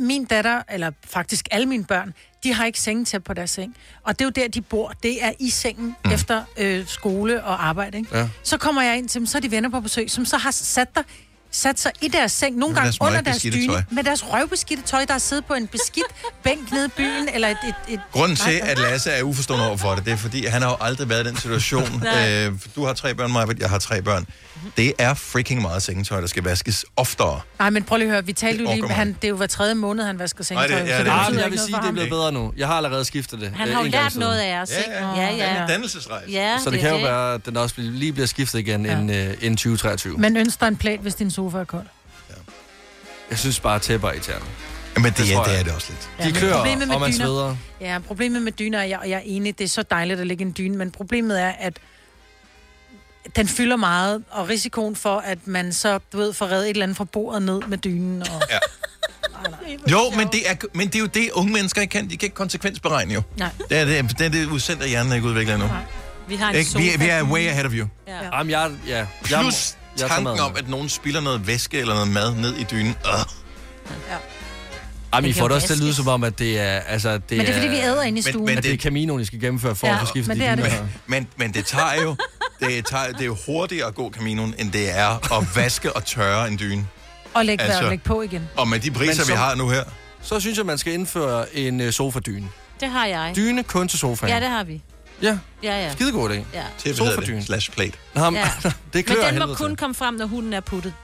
Min datter, eller faktisk alle mine børn, de har ikke sengetæppe på deres seng. Og det er jo der, de bor. Det er i sengen mm. efter øh, skole og arbejde. Ikke? Ja. Så kommer jeg ind til dem, så er de venner på besøg, som så har sat dig sat sig i deres seng, nogle Med gange deres meget under deres beskidte dyne, tøj. med deres røvbeskidte tøj, der er siddet på en beskidt bænk nede i byen, eller et... et, et Grunden til, Nej, at Lasse er uforstående over for det, det er, fordi han har jo aldrig været i den situation. Nej. øh, du har tre børn, Maja, jeg har tre børn. Det er freaking meget sengetøj, der skal vaskes oftere. Nej, men prøv lige at høre, vi talte jo orker lige, man han, det er jo hver tredje måned, han vasker Nej, det- sengetøj. ja, så betyder ikke men det er jeg vil noget sige, for det er ham. blevet bedre nu. Jeg har allerede skiftet det. Han øh, har jo en gang lært siden. noget af os, ikke? Ja, ja. Dannelsesrejse. Ja, Så det kan jo være, at den også bliver- lige bliver skiftet igen ja. inden, øh, inden 2023. Men ønsker en plæt, hvis din sofa er kold. Jeg synes bare, at tæpper er irriterende. Jamen, det, det, tror er, det jeg. er det også lidt. De men problemet klør, med og man dyner- sveder. Ja, problemet med dyner, er, jeg, og jeg er enig, det er så dejligt at ligge i en dyne, men problemet er, at den fylder meget, og risikoen for, at man så, du ved, får reddet et eller andet fra bordet ned med dynen. Og... Ja. Jo, men det, er, men det er jo det, unge mennesker ikke kan. De kan ikke konsekvensberegne jo. Nej. Det er det, det, er det udsendt af hjernen, er ikke udvikler endnu. Vi har en Ikke? Vi, er- vi er sofa. way ahead of you. Ja. Jamen, jeg, ja. jeg, Plus jeg tager tanken maden. om, at nogen spiller noget væske eller noget mad ned i dynen. Øh. Jamen, I Det kan får jo det også til at lyde som om, at det er... Altså, det Men det er, fordi vi æder inde i men, stuen. Men, at det er Caminoen, I skal gennemføre for Ja, ja, at få skiftet men det er de det. dyner. Men, men det tager jo... Det, tager, det er jo hurtigere at gå Caminoen, end det er at vaske og tørre en dyne. Og lægge Altså, altså, læg på igen. Og med de priser, Men vi så- har nu her... Så synes jeg, man skal indføre en øh, sofadyne. Det har jeg. Dyne kun til sofaen. Ja, det har vi. Ja, Ja, ja. skidegod idé. Ja. Sofadyne. Slash plate. Nå, men, Ja. det Men klør den må helvede kun kun... komme frem, når hunden er puttet.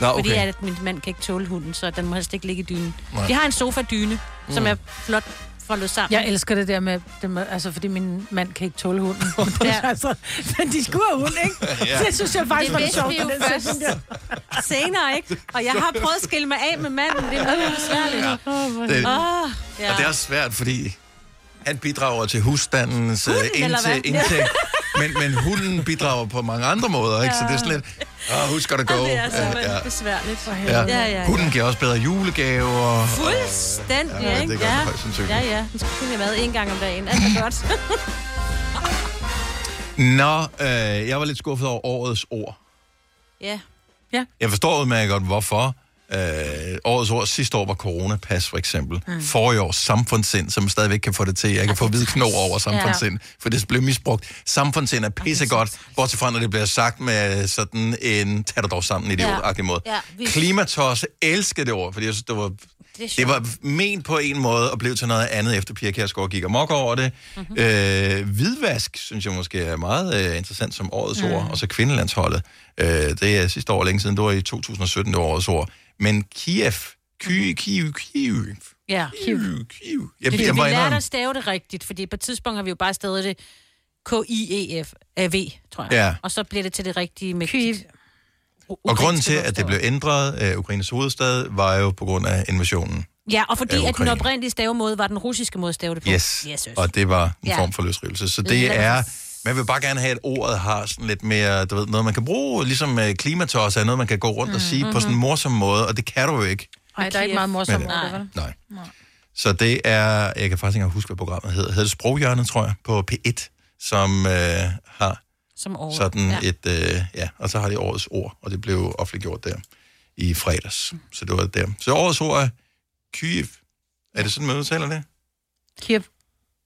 Nå, Fordi okay. at, at min mand kan ikke tåle hunden, så den må helst ikke ligge i dynen. Nej. Vi har en sofa-dyne, som Mm. er flot foldet sammen. Jeg elsker det der med, det med altså fordi min mand kan ikke tåle hunden. ja. altså, men de skulle have hund, ikke? Ja. ja. Det synes jeg faktisk var Det lidt vidste sjovt. vi jo den først. sætning der. senere, ikke? Og jeg har prøvet at skille mig af med manden. Det er meget besværligt. Ja. Oh, Det- ja. Ja. Og det er også svært, fordi han bidrager til husstandens øh, Hunden, eller hvad? indtæ- indtægt. Men, men hunden bidrager på mange andre måder, ikke? Så det er sådan lidt, oh, who's gotta go? det er simpelthen Ja, besværligt. For ja. helvede. ja, ja, ja. Hunden giver også bedre julegaver. Fuldstændig, Ja, det er ikke? godt nok højst sandsynligt. ja, ja. Den skal kun have mad en gang om dagen. Alt er godt. Nå, øh, jeg var lidt skuffet over årets ord. ja. Jeg forstår udmærket godt, hvorfor. Øh, årets ord sidste år var coronapas, for eksempel. Mm. Forrige års samfundssind, som stadigvæk kan få det til. Jeg kan få hvid knog over samfundssind, ja. for det blev misbrugt. Samfundssind er pissegodt, bortset fra, når det bliver sagt med sådan en tag dig dog sammen idiot-agtig måde. Ja, vi- Klimatoss elsker det ord, fordi jeg synes, det var, er det var ment på en måde og blev til noget andet, efter Pia Kjærsgaard gik amok over det. Mm-hmm. Øh, hvidvask, synes jeg måske er meget øh, interessant som årets mm. ord, og så kvindelandsholdet. Øh, det er sidste år længe siden, det var i 2017, det var årets ord. Men Kiev, Kyiv, Kyiv, Kyiv, Ja. Kyiv, Kyiv. Jeg, Jeg, vi jeg må lærte indrømme, at stave det rigtigt, fordi på et tidspunkt har vi jo bare stadig det E K-I-E-F-A-V, tror jeg. Ja. Og så bliver det til det rigtige med... Kyiv. og grunden til, at det blev ændret, øh, Ukraines hovedstad, var jo på grund af invasionen. Ja, og fordi af at den Ukraine. oprindelige stavemåde var den russiske måde at stave det på. Yes. yes, yes. Og det var en Ja. form for løsrivelse. Så Lad det os- er... Man vil bare gerne have, at ordet har sådan lidt mere, du ved, noget man kan bruge, ligesom øh, klimatos er noget, man kan gå Mm, rundt og sige mm-hmm. på sådan en morsom måde, og det kan du jo ikke. Ej, der er ikke meget morsomt Men- over det, vel? Nej. Nej. Så det er, jeg kan faktisk ikke engang huske, hvad programmet hedder. Hedder det Sproghjørnet, tror jeg, på P1, som øh, har Som året. sådan ja. et, øh, ja, og så har de årets ord, og det blev offentliggjort der i fredags. Så det var der. Så årets ord er Kyiv. Er det sådan, man udtaler det? Kiev.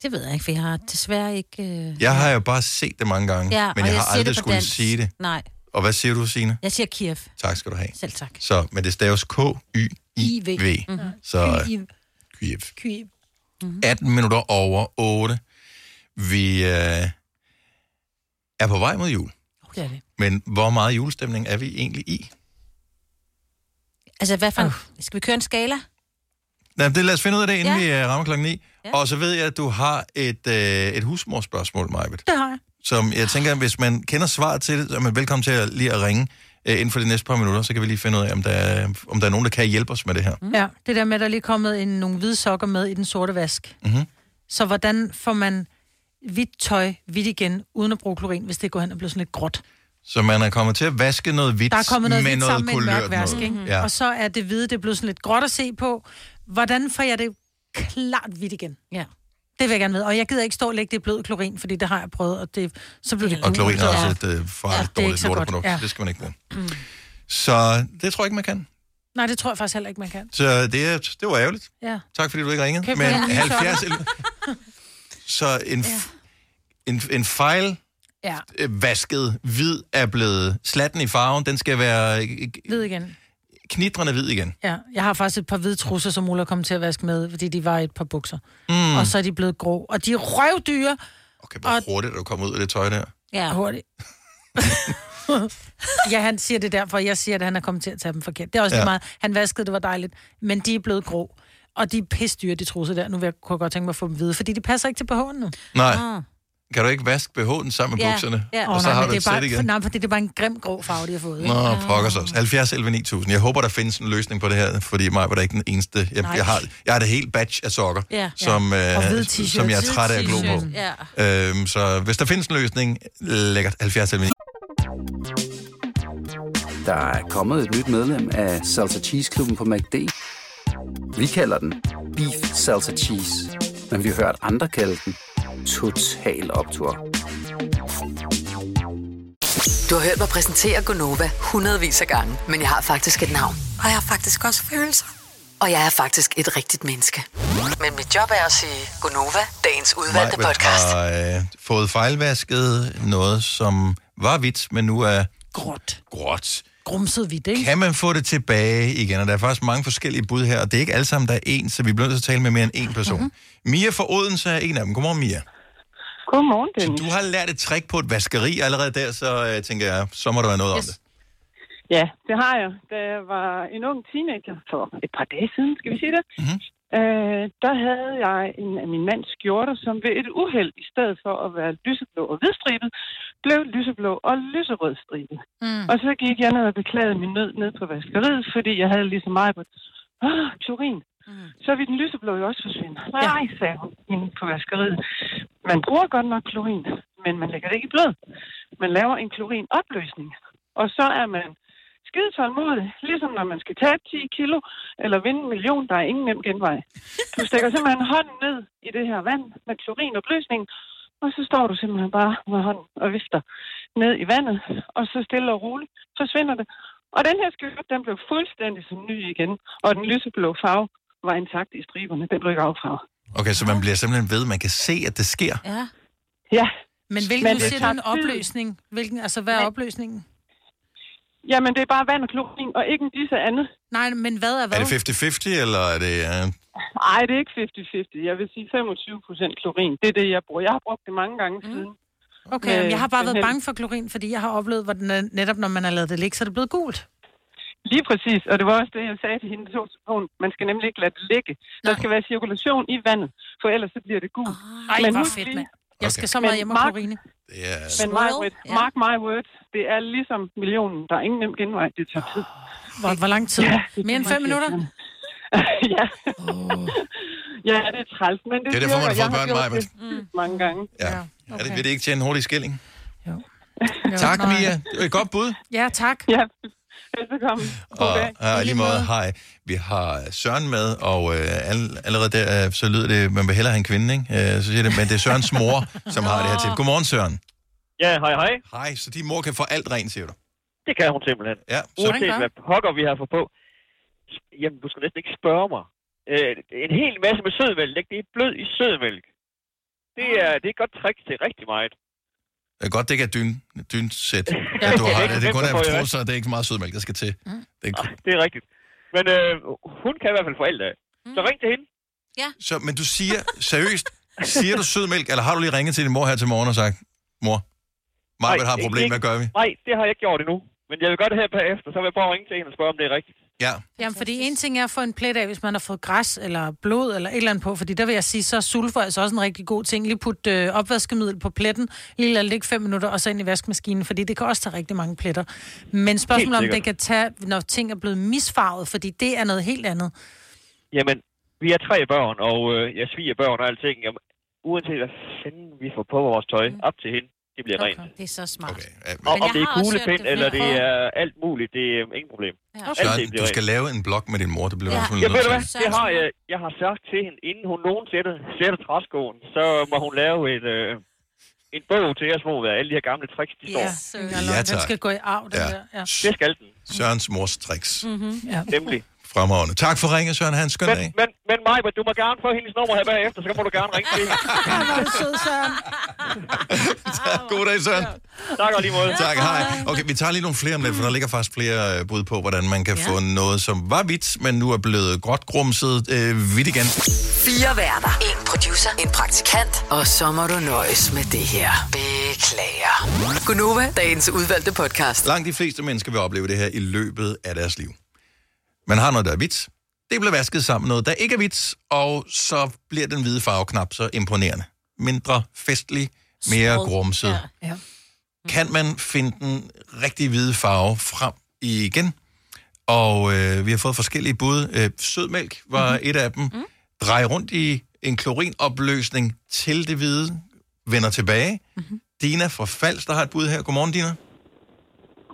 Det ved jeg ikke, for jeg har desværre ikke... Øh... Jeg har jo bare set det mange gange, Ja, men og jeg, jeg har siger aldrig det på skulle dansk. sige det. Nej, Og hvad siger du, Signe? jeg siger Kiev. Tak skal du have. Selv tak. Så, men det staves K-Y-I-V. Mhm. Så Kyiv. Kyiv. Kyiv. 18 minutter over 8. Vi øh, er på vej mod jul. Det er det. Men hvor meget julestemning er vi egentlig i? Altså, hvad for... en- Skal vi køre en skala? Nå, det lad os finde ud af det, inden Ja. ja. vi øh, rammer klokken 9. Ja. Ja. Og så ved jeg, at du har et, øh, et husmorspørgsmål, Majbet. Det har jeg. Som jeg tænker, hvis man kender svaret til det, så er man velkommen til at lige at ringe øh, inden for de næste par minutter, så kan vi lige finde ud af, om der er, om der er nogen, der kan hjælpe os med det her. Ja, det der med, at der lige er kommet en, nogle hvide sokker med i den sorte vask. Mm-hmm. Så hvordan får man hvidt tøj hvidt igen, uden at bruge klorin, hvis det går hen og bliver sådan lidt gråt? Så man er kommet til at vaske noget hvidt Der er kommet noget med hvidt noget sammen med en mørk kulørt vask, noget. ikke? Mhm. Ja. Og så er det hvide, det er blevet sådan lidt gråt at se på. Hvordan får jeg det klart hvidt igen? Ja. Det vil jeg gerne vide. Og jeg gider ikke stå og lægge det i blød klorin, fordi det har jeg prøvet, og det, så blev det Og klorin er gult, også og- et øh, farligt det er ja, ikke dårligt så lorteprodukt, godt, ja. ja. så det skal man ikke bruge. Så det tror jeg ikke, man kan. Nej, det tror jeg faktisk heller ikke, man kan. Så det, er, det var ærgerligt. Ja. Tak fordi du ikke ringede. Køb Men nogle nye 70... sokker. Så en, f- en, en fejl Ja, øh, vasket hvid er blevet slatten i farven. Den skal være øh, ved igen. knitrende hvid igen. Ja, jeg har faktisk et par hvide trusser, som Ulla kom til at vaske med, fordi de var i et par bukser. Mm. Mm. Og så er de blevet grå. Og de er røvdyre. Okay, hvor hurtigt er du kommer ud af det tøj der. Ja. Hurtigt. ja, han siger det derfor. Jeg siger, at han er kommet til at tage dem forkert. Det er også Ja. ja. meget. Han vaskede, det var dejligt. Men de er blevet grå. Og de er pisdyre, de trusser der. Nu vil jeg, kunne jeg godt tænke mig at få dem hvide, fordi de passer ikke til BH'en nu. Nej. Ah. Kan du ikke vaske BH'en sammen med bukserne? Og så Åh, nej, har men du det et er sæt bare, for- igen. Nej, fordi det er bare en grim grå farve, de har fået. ikke? Nå, pokker så. 70 11 9000. Jeg håber, der findes en løsning på det her, fordi mig var der ikke den eneste. Jeg, Nej. jeg, har, jeg har det helt batch af sokker, Ja. som, Ja. Og hvide øh, t-shirts. som jeg er træt af at glo på. Hvide t-shirts, Øhm, så hvis der findes en løsning, lækkert. 70 11 Der er kommet et nyt medlem af Salsa Cheese Klubben på MACD. Vi kalder den Beef Salsa Cheese, men vi har hørt andre kalde den Total Optor. Du har hørt mig præsentere Gonova hundredvis af gange, men jeg har faktisk et navn. Og jeg har faktisk også følelser. Og jeg er faktisk et rigtigt menneske. Men mit job er at sige Gonova, dagens udvalgte Majbert podcast. har øh, fået fejlvasket noget, som var hvidt, men nu er gråt. gråt. Grumset hvidt, ikke? Kan man få det tilbage igen? Og der er faktisk mange forskellige bud her, og det er ikke alle sammen, der er en, så vi bliver nødt til at tale med mere end en person. Mhm. Mm-hmm. Mia fra Odense er en af dem. Godmorgen, Mia. Godmorgen, Dennis. Så du har lært et trick på et vaskeri allerede der, så øh, tænker jeg, så må der være noget yes. om det. Ja, det har jeg. Da jeg var en ung teenager for et par dage siden, skal vi sige det, mm-hmm. øh, der havde jeg en af min mands skjorter, som ved et uheld, i stedet for at være lyseblå og hvidstribet, blev lyseblå og lyserød stribet. Mm. Og så gik jeg ned og beklagede min nød ned på vaskeriet, fordi jeg havde ligesom mig på ah, klorin. Mm. Så vil den lyseblå jo også forsvinde. Nej, sagde hun inde på vaskeriet. Man bruger godt nok klorin, men man lægger det ikke i blød. Man laver en klorinopløsning. Og så er man skide tålmodig, ligesom når man skal tabe 10 kilo eller vinde en million, der er ingen nem genvej. Du stikker simpelthen hånden ned i det her vand med klorinopløsningen, og så står du simpelthen bare med hånden og vifter ned i vandet, og så stille og roligt forsvinder det. Og den her skjorte, den blev fuldstændig som ny igen, og den lyseblå farve var intakt i striberne. Den blev ikke affarvet. Okay, så man bliver simpelthen ved, man kan se, at det sker. Ja. Ja. Men hvilken, Men Men det siger du tager en tid. opløsning? Hvilken, altså, hvad er opløsningen? Jamen, det er bare vand og klorin, og ikke en disse andet. Nej, men hvad er hvad? Er det 50-50, eller er det... Øh... Nej, det er ikke 50-50. Jeg vil sige 25 procent klorin. Det er det, jeg bruger. Jeg har brugt det mange gange mm. siden. Okay, Øh, jamen, jeg har bare den været her- bange for klorin, fordi jeg har oplevet, hvordan er- netop når man har lavet det ligge, så er det blevet gult. Lige præcis, og det var også det, jeg sagde til hende på telefonen. Man skal nemlig ikke lade det ligge. Der skal være cirkulation i vandet, for ellers så bliver det gult. Ej, hvor fedt, mand. Jeg skal så meget hjem og klorine. Yeah. Men mark, yeah. mark my words, det er ligesom millionen. Der er ingen nem genvej, det tager tid. Ah, Hvor, hvor lang tid? Ja, Mere end fem minutter? ja. ja, det er træls, men det, Det er derfor, man får virker. Jeg har børn, gjort Maj-Brit. det sygt mange gange. Ja. Mm. Okay. Er det, vil det ikke tjene en hurtig skilling? Jo. tak, nej. Mia. Det var et godt bud. Ja, tak. Ja, velbekomme. Og okay. lige måde, hej. Vi har Søren med, og øh, all, allerede der, øh, så lyder det, man vil hellere have en kvinde, ikke? Øh, så siger det, men det er Sørens mor, som har det her til. Godmorgen, Søren. Ja, hej, hej. Hej, så din mor kan få alt rent, siger du? Det kan hun simpelthen. Ja, Uanset hvad pokker vi har fået på. Jamen, du skal næsten ikke spørge mig. Øh, en hel masse med sødmælk. Læg det i blød i sødmælk. Det er, det er et godt trick til rigtig meget. Det er godt, det ikke er dyn, dynsæt, at du har Ja. Mm. det. Det er kun Det får jeg af ikke. så det er ikke så meget sødmælk, der skal til. Det er, Det er rigtigt. Men øh, hun kan i hvert fald få alt af. Mm. Så ring til hende. så, men du siger, seriøst, siger du sødmælk, eller har du lige ringet til din mor her til morgen og sagt, mor, Marvind har et ikke- problem, hvad gør vi? Nej, det har jeg ikke gjort endnu. Men jeg vil gøre det her bagefter, så vil jeg prøve at ringe til hende og spørge, om det er rigtigt. Ja. Jamen, fordi en ting er at få en plet af, hvis man har fået græs eller blod eller et eller andet på, fordi der vil jeg sige, så er sulfur altså også en rigtig god ting. Lige put øh, opvaskemiddel på pletten, lige lade det ligge fem minutter, og så ind i vaskemaskinen, fordi det kan også tage rigtig mange pletter. Men spørgsmålet om sikkert. det kan tage, når ting er blevet misfarvet, fordi det er noget helt andet. Jamen, vi er tre børn, og øh, jeg sviger børn og alting. Jamen, uanset hvad fanden vi får på vores tøj, mm. op til hende, det bliver okay. rent. Det er så smart. Okay. Og Men om jeg det er har også hørt kuglepind, det eller det flere er alt muligt, det er øh, ingen problem. Ja. Okay. Søren, du skal lave en blog med din mor, det bliver ja. Ja, ved du hvad? Det har jeg, jeg har sagt til hende, inden hun nogensinde sætter træskoen, så må hun lave et, øh, en bog til os, hvor alle de her gamle tricks, de står. så ja, Ja, den tak. skal gå i arv, den ja. der. Ja. Det skal den. Sørens mors Mm. tricks. Mm-hmm. Ja. Nemlig. Fremragende. Tak for ringet, Søren. Han skøn Men, dag. men, men Majbert, du må gerne få hendes nummer her bagefter, så må du gerne ringe til hende. Hvor er du sød, Søren. God dag, Søren. Tak og lige måde. Tak, hej. Okay, vi tager lige nogle flere om lidt, for der ligger faktisk flere øh, bud på, hvordan man kan ja. få noget, som var hvidt, men nu er blevet gråt grumset øh, hvidt igen. Fire værter. En producer. En praktikant. Og så må du nøjes med det her. Beklager. Gunova, dagens udvalgte podcast. Langt de fleste mennesker vil opleve det her i løbet af deres liv. Man har noget, der er hvidt. Det bliver vasket sammen med noget, der ikke er hvidt, og så bliver den hvide farve knap så imponerende. Mindre festlig, mere Sprød. grumset. Ja. Ja. Mm-hmm. Kan man finde den rigtige hvide farve frem igen? Og øh, vi har fået forskellige bud. Øh, sødmælk var mm-hmm. et af dem. Mm. Drej rundt i en klorinopløsning til det hvide. Vender tilbage. Mm-hmm. Dina fra Fals, der har et bud her. Godmorgen, Dina.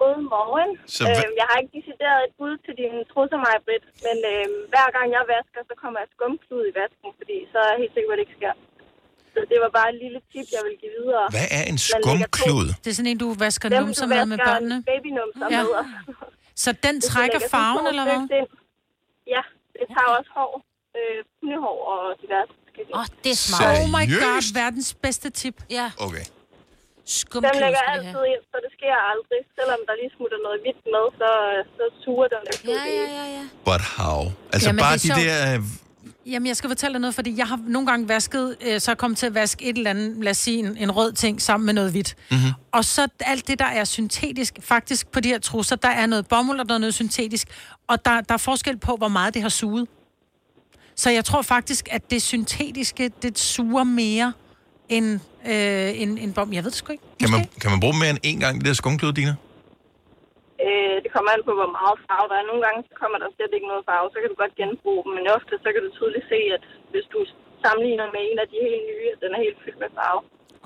Godmorgen. Så Så hva- øhm, jeg har ikke decideret et bud til din trusser, mig, Britt, men øhm, hver gang jeg vasker, så kommer jeg skumklud i vasken, fordi så er jeg helt sikker på, at det ikke sker. Så det var bare et lille tip, jeg vil give videre. Hvad er en Man lægger to- skumklud? Det er sådan en, du vasker Dem, numser du med med vasker børnene. babynumser Ja. med. og Så den hvis du lægger trækker sådan farven, to eller hvad? stykker ind. Ja, det tager også hår, øh, hundehår og diverse forskellige. Åh, oh, det er Oh my god, verdens bedste tip. Ja. Okay. Dem Skumklud lægger jeg skal vi altid ind, så det sker aldrig. Selvom der lige smutter noget hvidt med, så, så suger den der klud. Ja, ja, ja, ja. But how? Altså Jamen, Jamen, bare det de er sjovt. der... Øh, Jamen, jeg skal fortælle dig noget, fordi jeg har nogle gange vasket, øh, så er jeg kommet til at vaske et eller andet, lad os sige, en, en rød ting sammen med noget hvidt. Mhm. Og så alt det, der er syntetisk, faktisk på de her trusser, der er noget bomuld og der er noget syntetisk, og der, der er forskel på, hvor meget det har suget. Så jeg tror faktisk, at det syntetiske, det suger mere end, øh, end, end bom. Jeg ved det sgu ikke. kan, man, kan man bruge dem mere end én gang, det der skumklud, Dina? Øh, det kommer an på, hvor meget farve der er. Nogle gange så kommer der slet ikke noget farve, så kan du godt genbruge dem, men ofte så kan du tydeligt se, at hvis du sammenligner med en af de helt nye, at den er helt fyldt med farve.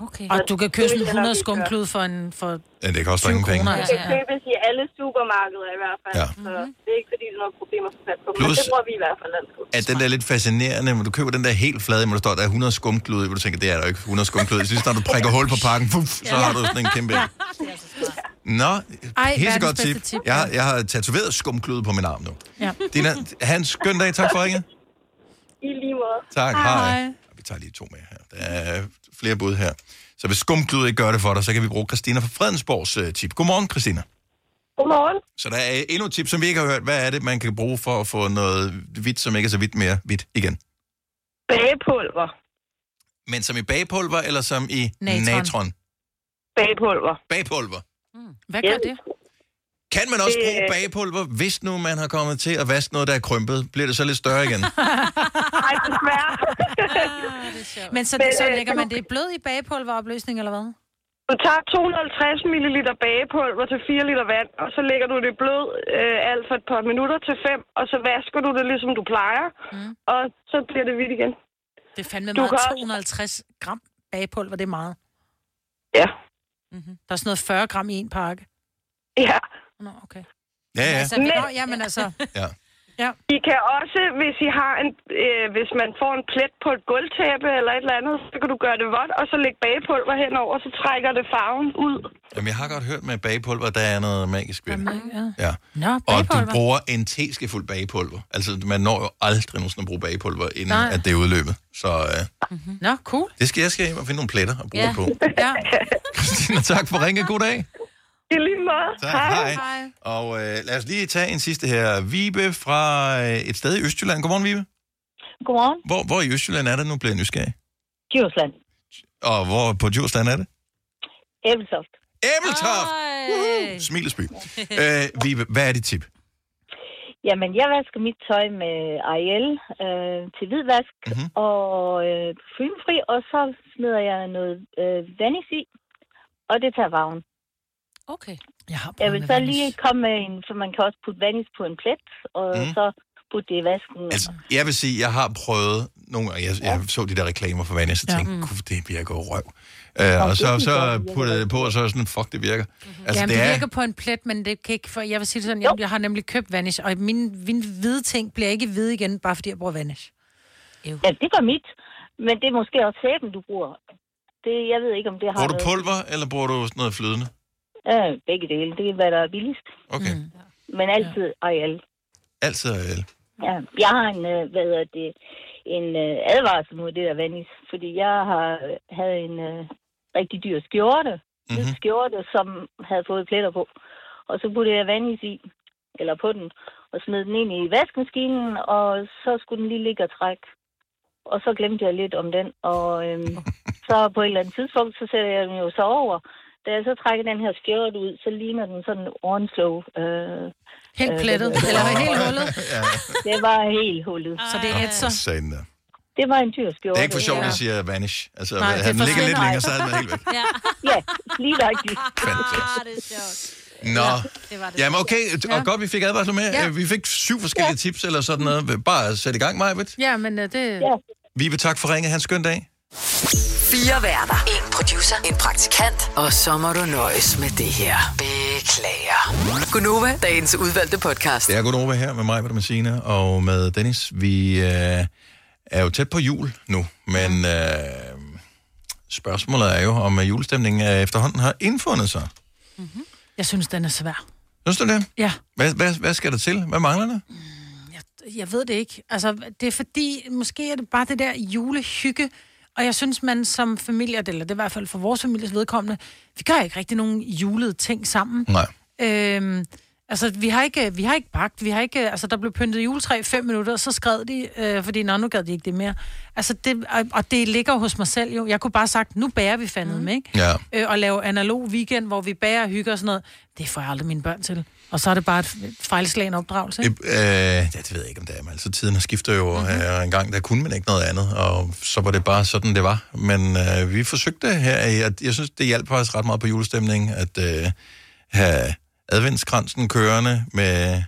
Okay. Og du kan købe sådan Det vil jeg nok 100 ikke skumklud for en... For Ja, det koster ingen penge. kroner, Det altså. kan købes i alle supermarkeder i hvert fald, ja. så Mhm. det er ikke fordi, det er noget problem at få fat på, men Plus- det bruger vi i hvert fald altid. At den der er lidt fascinerende, hvor du køber den der helt flade, hvor der står, der er 100 skumklud, i, hvor du tænker, det er der jo ikke 100 skumklud. i. Så lige snart du prikker hul på pakken, puf, så har du sådan en kæmpe... Nå, Ej, helt så verdens godt bedste tip. tip, Jeg, har- jeg har tatoveret skumklud på min arm nu. Ja. Dina, have en skøn dag. Tak for ringet. I lige måde. Tak, hej. hej. Vi tager lige to med her. Der er flere bud her. Så hvis skumklud ikke gør det for dig, så kan vi bruge Christina fra Fredensborgs øh, tip. Godmorgen, Christina. Godmorgen. Så der er endnu et tip, som vi ikke har hørt. Hvad er det, man kan bruge for at få noget hvidt, som ikke er så hvidt mere hvidt igen? Bagepulver. Men som i bagepulver, eller som i natron? Natron. natron? Bagepulver. Bagepulver. Mm. Hvad gør det? Kan man også Det- bruge bagepulver, hvis nu man har kommet til at vaske noget, der er krympet? Bliver det så lidt større igen? Ej, desværre. Men så, Men, så øh, lægger du- man det i blød i bagepulveropløsning, eller hvad? Du tager 250 ml bagepulver til 4 liter vand, og så lægger du det blød øh, alt for et par minutter til 5, og så vasker du det, ligesom du plejer, mm. og så bliver det hvidt igen. Det er fandme Du meget. kan også- 250 gram bagepulver, det er meget. Ja. Mm-hmm. Der er sådan noget 40 gram i en pakke. Ja. Nå, okay. Ja, ja. Altså, men, nå, jamen altså... ja. Ja. I kan også, hvis, I har en, øh, hvis man får en plet på et gulvtæppe eller et eller andet, så kan du gøre det vådt, og så lægge bagepulver henover, og så trækker det farven ud. Jamen, jeg har godt hørt med bagepulver, der er noget magisk ved det. Ja. Nå, Og du Ah, bagepulver. bruger en teskefuld bagepulver. Altså, man når jo aldrig nogensinde at bruge bagepulver, inden Nej. Nej. at det er udløbet. Så øh, Mm-hmm. Nå, cool. det skal jeg skal hjem og finde nogle pletter og bruge Ja. det på. ja. Christina, tak for ringe. God dag. I lige måde. Tak, hej. hej. Og øh, lad os lige tage en sidste her. Vibe fra øh, et sted i Østjylland. Godmorgen, Vibe. Godmorgen. Hvor, hvor i Østjylland er det nu, bliver jeg nysgerrig? Djursland. Og hvor på Djursland er det? Æbelsoft. Æbeltoft! Smilesby. Øh, Vibe, hvad er dit tip? Jamen, jeg vasker mit tøj med Ariel øh, til hvidvask Mhm. mm-hmm. og øh, parfumefri, og så smider jeg noget øh, vannis i, og det tager varmen. Okay. Jeg, har jeg vil prøvet så med lige komme med en, for man kan også putte vannis på en plet, og Mhm. mm. så putte det i vasken. Altså, jeg vil sige, jeg har prøvet nogle gange, jeg, jeg så de der reklamer for vand, og så Ja. tænkte, Mm. ja. det virker jo røv. Øh, og det så, synes jeg, så det virker puttede jeg det på, og så var jeg sådan, fuck, det virker. Mm-hmm. Altså, Altså, Jamen, det er, virker på en plet, men det kan ikke... For jeg vil sige det sådan, jeg, jeg har nemlig købt vanish, og mine, mine hvide ting bliver ikke hvide igen, bare fordi jeg bruger vanish. Ja, det gør mit, men det er måske også sæben, du bruger. Det, jeg ved ikke, om det har bruger du noget- pulver, eller bruger du sådan noget flydende? Ja, begge dele. Det er, hvad der er billigst. Okay. Mm. Men altid ja. Ariel. Altid Ariel. Ja, jeg har en, øh, hvad hedder det, en øh, advarsel mod det der vandis, fordi jeg har øh, havde en øh, rigtig dyr skjorte, mhm. Mm. mm-hmm. skjorte, som havde fået pletter på. Og så puttede jeg vandis i, eller på den, og smed den ind i vaskemaskinen, og så skulle den lige ligge og trække. Og så glemte jeg lidt om den, og øhm, så på et eller andet tidspunkt, så sætter jeg den jo så over. Da jeg så trækker den her skjorte ud, så ligner den sådan en orange øh, Helt plettet, eller helt hullet. Ja. det var helt hullet. Så det er Nå, for satan da. Det var en dyr skjorte. Det er ikke for sjovt, at siger vanish. Altså, Nej, Nej, det havde den ligget forsvinder lidt længere, så ikke. havde man helt væk. Ja, ja lige rigtigt. Fantastisk. det er sjovt. Nå, ja, jamen okay, og Ja. godt, vi fik advarsel med. Ja. Ja. Vi fik syv forskellige ja. tips eller sådan noget. Bare sæt i gang, Majbet. Ja, men øh, det... Vibe, tak for ringe. Hans skøn dag. Fire værter. En producer. En praktikant. Og så må du nøjes med det her. Beklager. Gunova, dagens udvalgte podcast. Det er Godova her med mig, med Messina og med Dennis. Vi øh, er jo tæt på jul nu, men øh, spørgsmålet er jo, om øh, julestemningen øh, efterhånden har indfundet sig. Mhm. Jeg synes, den er svær. Synes du det? Ja. Hvad, hvad, hvad skal der til? Hvad mangler der? Jeg ved det ikke. Altså, det er fordi, måske er det bare det der julehygge, og jeg synes, man som familie, eller det er i hvert fald for vores families vedkommende, vi gør ikke rigtig nogen julede ting sammen. Nej. Øhm, altså, vi har, ikke, vi har ikke bagt, vi har ikke, altså, der blev pyntet juletræ i fem minutter, og så skred de, øh, fordi nå, nu gad de ikke det mere. Altså, det, og, og det ligger jo hos mig selv jo. Jeg kunne bare have sagt, nu bærer vi fandme, mm. ikke? Mhm. Ja. Øh, og lave analog weekend, hvor vi bærer og hygger og sådan noget. Det får jeg aldrig mine børn til. Og så er det bare et fejlslagen opdragelse, ikke? Øh, ja, det ved jeg ikke, om det er, men altså tiden skifter jo Mhm. mm-hmm. øh, en gang, der kunne man ikke noget andet, og så var det bare sådan, det var. Men øh, vi forsøgte her, øh, at jeg synes, det hjalp faktisk ret meget på julestemningen, at øh, have adventskransen kørende med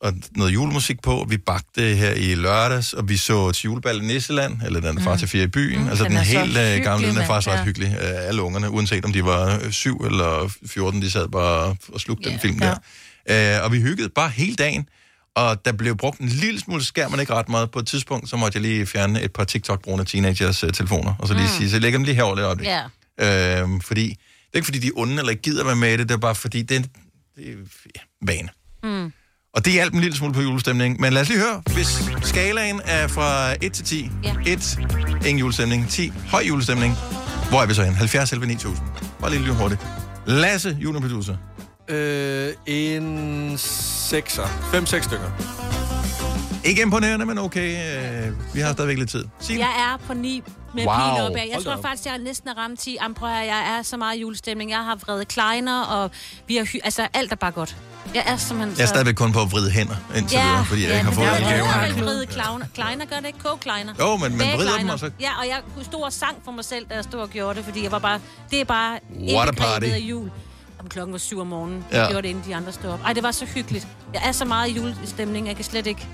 og noget julemusik på. Vi bagte her i lørdags, og vi så til juleball i Nisseland, eller den er far til fire i byen. Mm, altså den, Mhm. den den er så helt øh, gamle, hyggelig, den er mand, faktisk ret ja. hyggelig. Øh, alle ungerne, uanset om de var øh, syv eller 14, de sad bare og slugte yeah, den film der. Øh, og vi hyggede bare hele dagen, og der blev brugt en lille smule skærm, men ikke ret meget. På et tidspunkt, så måtte jeg lige fjerne et par TikTok-brugende teenagers øh, telefoner, og så lige mm. sige, så læg dem lige herover lidt øjeblik. Ja. Øh, fordi, det er ikke fordi, de er onde eller ikke gider være med i det, det er bare fordi, det er en det er, ja, vane. Mm. Og det hjalp en lille smule på julestemningen. Men lad os lige høre, hvis skalaen er fra 1 til 10. Ja. 1, ingen julestemning. 10, høj julestemning. Hvor er vi så hen? 70 eller 9000. Bare lige lidt hurtigt. Lasse, juniorproducer. Øh, en sekser. Fem-seks stykker. Ikke imponerende, men okay. Øh, vi har stadigvæk lidt tid. Signe? Jeg er på 9 med wow. Wow. pil opad. Jeg Hold da tror op. faktisk, jeg er næsten at ramme 10. Jamen, prøv at høre, jeg er så meget i julestemning. Jeg har vredet kleiner, og vi har hy- altså, alt er bare godt. Jeg er simpelthen Jeg er så- stadigvæk kun på at vride hænder indtil Ja, videre, fordi jeg ja, ikke har men fået det alle er jo gaverne. ikke vride kleiner. Kleiner gør det ikke, kogekleiner. Jo, men man vrider dem, Bagekleiner. og så- Ja, og jeg stod og sang for mig selv, da jeg stod og gjorde det, fordi jeg var bare... Det er bare What a indbegrebet party. af jul. Om klokken var syv om morgenen. Ja. Jeg gjorde det, inden de andre stod op. Ej, det var så hyggeligt. Jeg er så meget i julestemning, jeg kan slet ikke...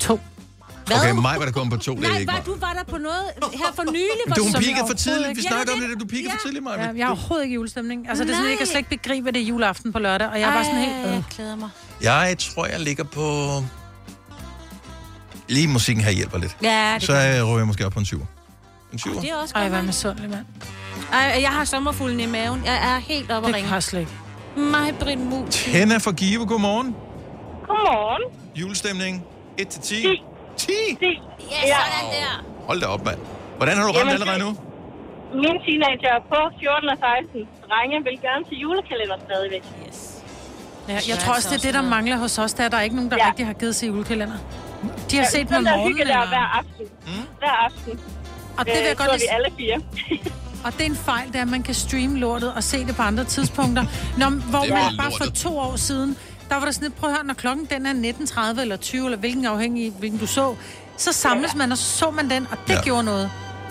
To. Hvad? Okay, mig var der kommet på to. Oh, det er Nej, ikke hvad, mig. du var der på noget her for nylig. Men du, hun som jeg pikkede for tidligt. Vi overhovedet ikke- snakkede om er det, da du pikkede for tidligt, Maja. Ja, jeg er overhovedet ikke i julestemning. Altså, det er sådan, Nej. jeg kan slet ikke begribe, at det er juleaften på lørdag, og jeg er bare sådan helt... Ej, Øh. jeg glæder mig. Jeg tror, jeg ligger på... Lige musikken her hjælper lidt. Ja, det så gør øh, rører jeg måske op på en 20. En 20. Det er også Ej, godt. hvad med sundlig, mand. Ej, jeg har sommerfuglen i maven. Jeg er helt oppe at Det ringe. kan jeg slet ikke. Mig, Britt Mus. Henna fra Give, godmorgen. Godmorgen. Julestemning 1 til 10. 10? Ja, sådan der. Hold da op, mand. Hvordan har du ramt Jamen, allerede nu? Mine teenager på 14 og 16 drenge vil gerne til julekalender stadigvæk. Yes. Ja, jeg tror også, det er det, der mangler hos os, det er, at der er ikke nogen, der ja. rigtig har givet sig julekalender. De har Ja, set sådan med der morgen, hygge eller... der hver aften. Mm. Hver aften. Og det vil jeg Øh, godt sidder lige- vi alle fire. Og det er en fejl, det er, at man kan streame lortet og se det på andre tidspunkter. Nå, men hvor Det er man bare bare for lortet. to år siden der var der sådan et, prøv at høre, når klokken den er 19.30 eller 20, eller hvilken afhængig, hvilken du så, så samles ja. man, og så så man den, og det ja. gjorde noget. Jeg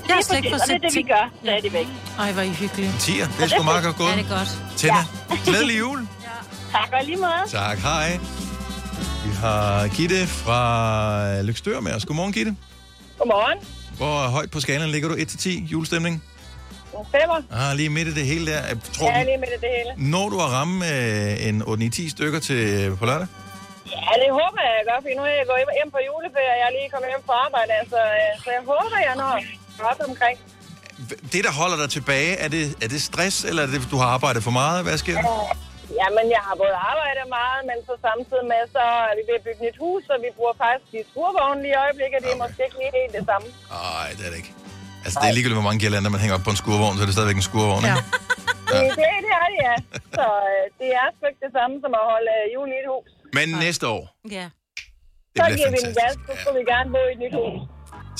har Lige slet ikke præcis, fået og det er det, vi ti- gør stadigvæk. Ej, hvor er I hyggelige. Tier, det er sgu meget godt gået. Ja, det er godt. Tænder. Glædelig jul. Tak og i lige måde. Tak, hej. Vi har Gitte fra Lykstør med os. Godmorgen, Gitte. Godmorgen. Hvor højt på skalaen ligger du 1-10 julestemning? En femmer. Ah, lige midt i det hele der. Jeg tror, Jeg ja, er lige med det, det hele. Når du har ramme øh, en 8-9-10 stykker til øh, på lørdag? Ja, det håber jeg, jeg gør, for nu er jeg gået hjem- hjem på juleferie, jeg er lige kommet hjem fra arbejde, altså, øh, så jeg håber, jeg når godt omkring. Det, der holder dig tilbage, er det, er det stress, eller er det, du har arbejdet for meget? Hvad sker der? Ja, men jeg har både arbejdet meget, men så samtidig med, så er vi ved at bygge nyt hus, og vi bruger faktisk de skurvogne lige i øjeblikket, det er måske ikke lige helt det samme. Nej, det er det ikke. Altså, det er ligegyldigt, hvor mange girlander man hænger op på en skurvogn, så er det stadigvæk en skurvogn, Ja. ikke? Det, det er det, ja. Så øh, det er sgu ikke det samme som at holde øh, jul i et hus. Men næste år, Ja. Det Så bliver giver vi den fantastisk. gas, så skulle vi gerne bo i et nyt hus.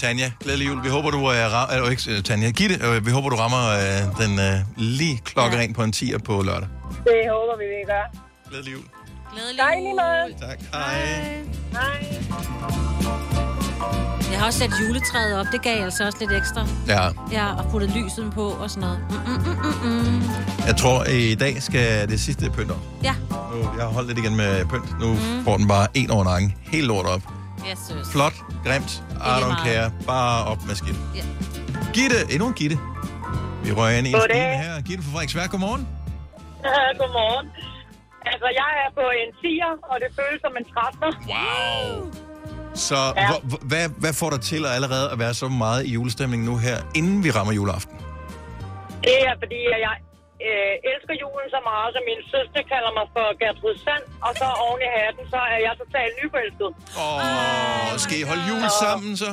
Tanja, glædelig jul. Vi håber, du er... Ra- eller, ikke, øh, Tanja, Gitte, øh, vi håber, du rammer øh, den øh, lige klokke ja. på en 10'er på lørdag. Det håber vi, vi gør. Glædelig jul. Glædelig jul. Dejlig måde. Tak. Hej. Hej. Jeg har også sat juletræet op, det gav altså også lidt ekstra. Ja. Ja, og puttet lyset på og sådan noget. Mm, mm, mm, mm, mm. Jeg tror, i dag skal det sidste pynt op. Ja. Nu, jeg har holdt lidt igen med pynt. Nu mm. får den bare en over nakken. Helt lort op. Yes, søs. Flot, grimt, I lige don't meget. care. Bare op med skidt. Ja. Gitte, endnu en Gitte. Vi rører ind i en Goddag. stime her. Gitte fra Frederiksværk, godmorgen. Ja, Godmorgen. Altså, jeg er på en 10'er, og det føles som en 13'er. Wow. Så Ja. ja. hvor, hvad, hvad får dig til at allerede at være så meget i julestemning nu her, inden vi rammer juleaften? Det er, fordi at jeg øh, elsker julen så meget, så min søster kalder mig for Gertrud Sand, og så oven i hatten, så er jeg totalt nyforelsket. Åh, oh, skal I holde jul sammen så?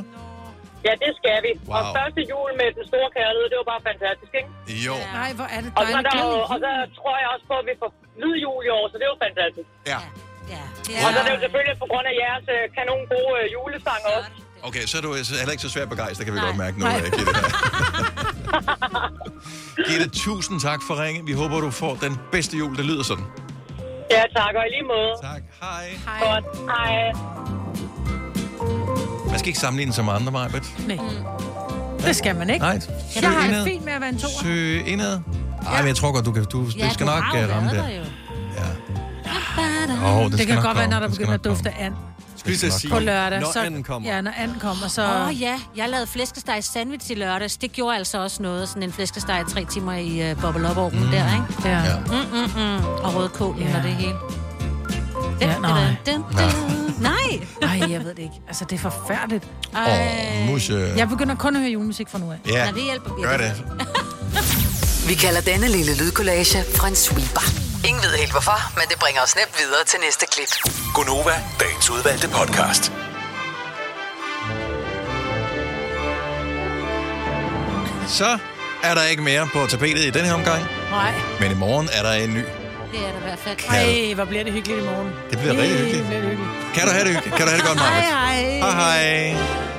Ja, det skal vi. Wow. Og Wow. første jul med den store kærlighed, det var bare fantastisk, ikke? Jo. Nej, hvor er det Og så, er dejligt. der, jo, Glædelig og så tror jeg også på, at vi får hvid jul i år, så det er jo fantastisk. Ja. Og så er det jo selvfølgelig på grund af jeres øh, kanon gode øh, julesang også. Okay, så er du så heller ikke så svært begejstret, kan vi Nej. godt mærke nu, Nej. øh, Gitte. Gitte, tusind tak for ringen. Vi håber, du får den bedste jul, det lyder sådan. Ja, tak, og i lige måde. Tak, hej. Hej. Godt, hej. Man skal ikke sammenligne sig med andre, Majbet. Nej. Det skal man ikke. Nej. Jeg har det fint med at være en toer. Søg indad. Ej, men jeg tror godt, du, kan, du, du skal nok øh, ramme det. Ja. Jo, den det, skal kan nok godt være, komme, når der den skal begynder at nok dufte and. Skulle jeg sige, på lørdag. når så, anden kommer. Ja, når anden kommer, så... Åh oh, ja, jeg lavede flæskesteg sandwich i lørdags. Det gjorde altså også noget. Sådan en flæskesteg tre timer i uh, bobble up ovnen mm. der, ikke? Ja. Mm, mm, mm. Og rødkål ja. og det hele. Ja, nej. Den, den, Nej! Nej, jeg ved det ikke. Altså, det er forfærdeligt. Åh, musse. Jeg begynder kun at høre julemusik fra nu af. Ja, Nå, det hjælper gør det. Vi kalder denne lille lydkollage en sweeper. Ingen ved helt hvorfor, men det bringer os nemt videre til næste klip. Gunova, dagens udvalgte podcast. Så er der ikke mere på tapetet i den her omgang. Nej, Men i morgen er der en ny. det er der i hvert fald. Ej, hvor bliver det hyggeligt i morgen. Det bliver rigtig hyggeligt. Det bliver hyggeligt. Kan du have det hyggeligt? Kan du have det godt, Maja? Hej, hej. Hej, hej.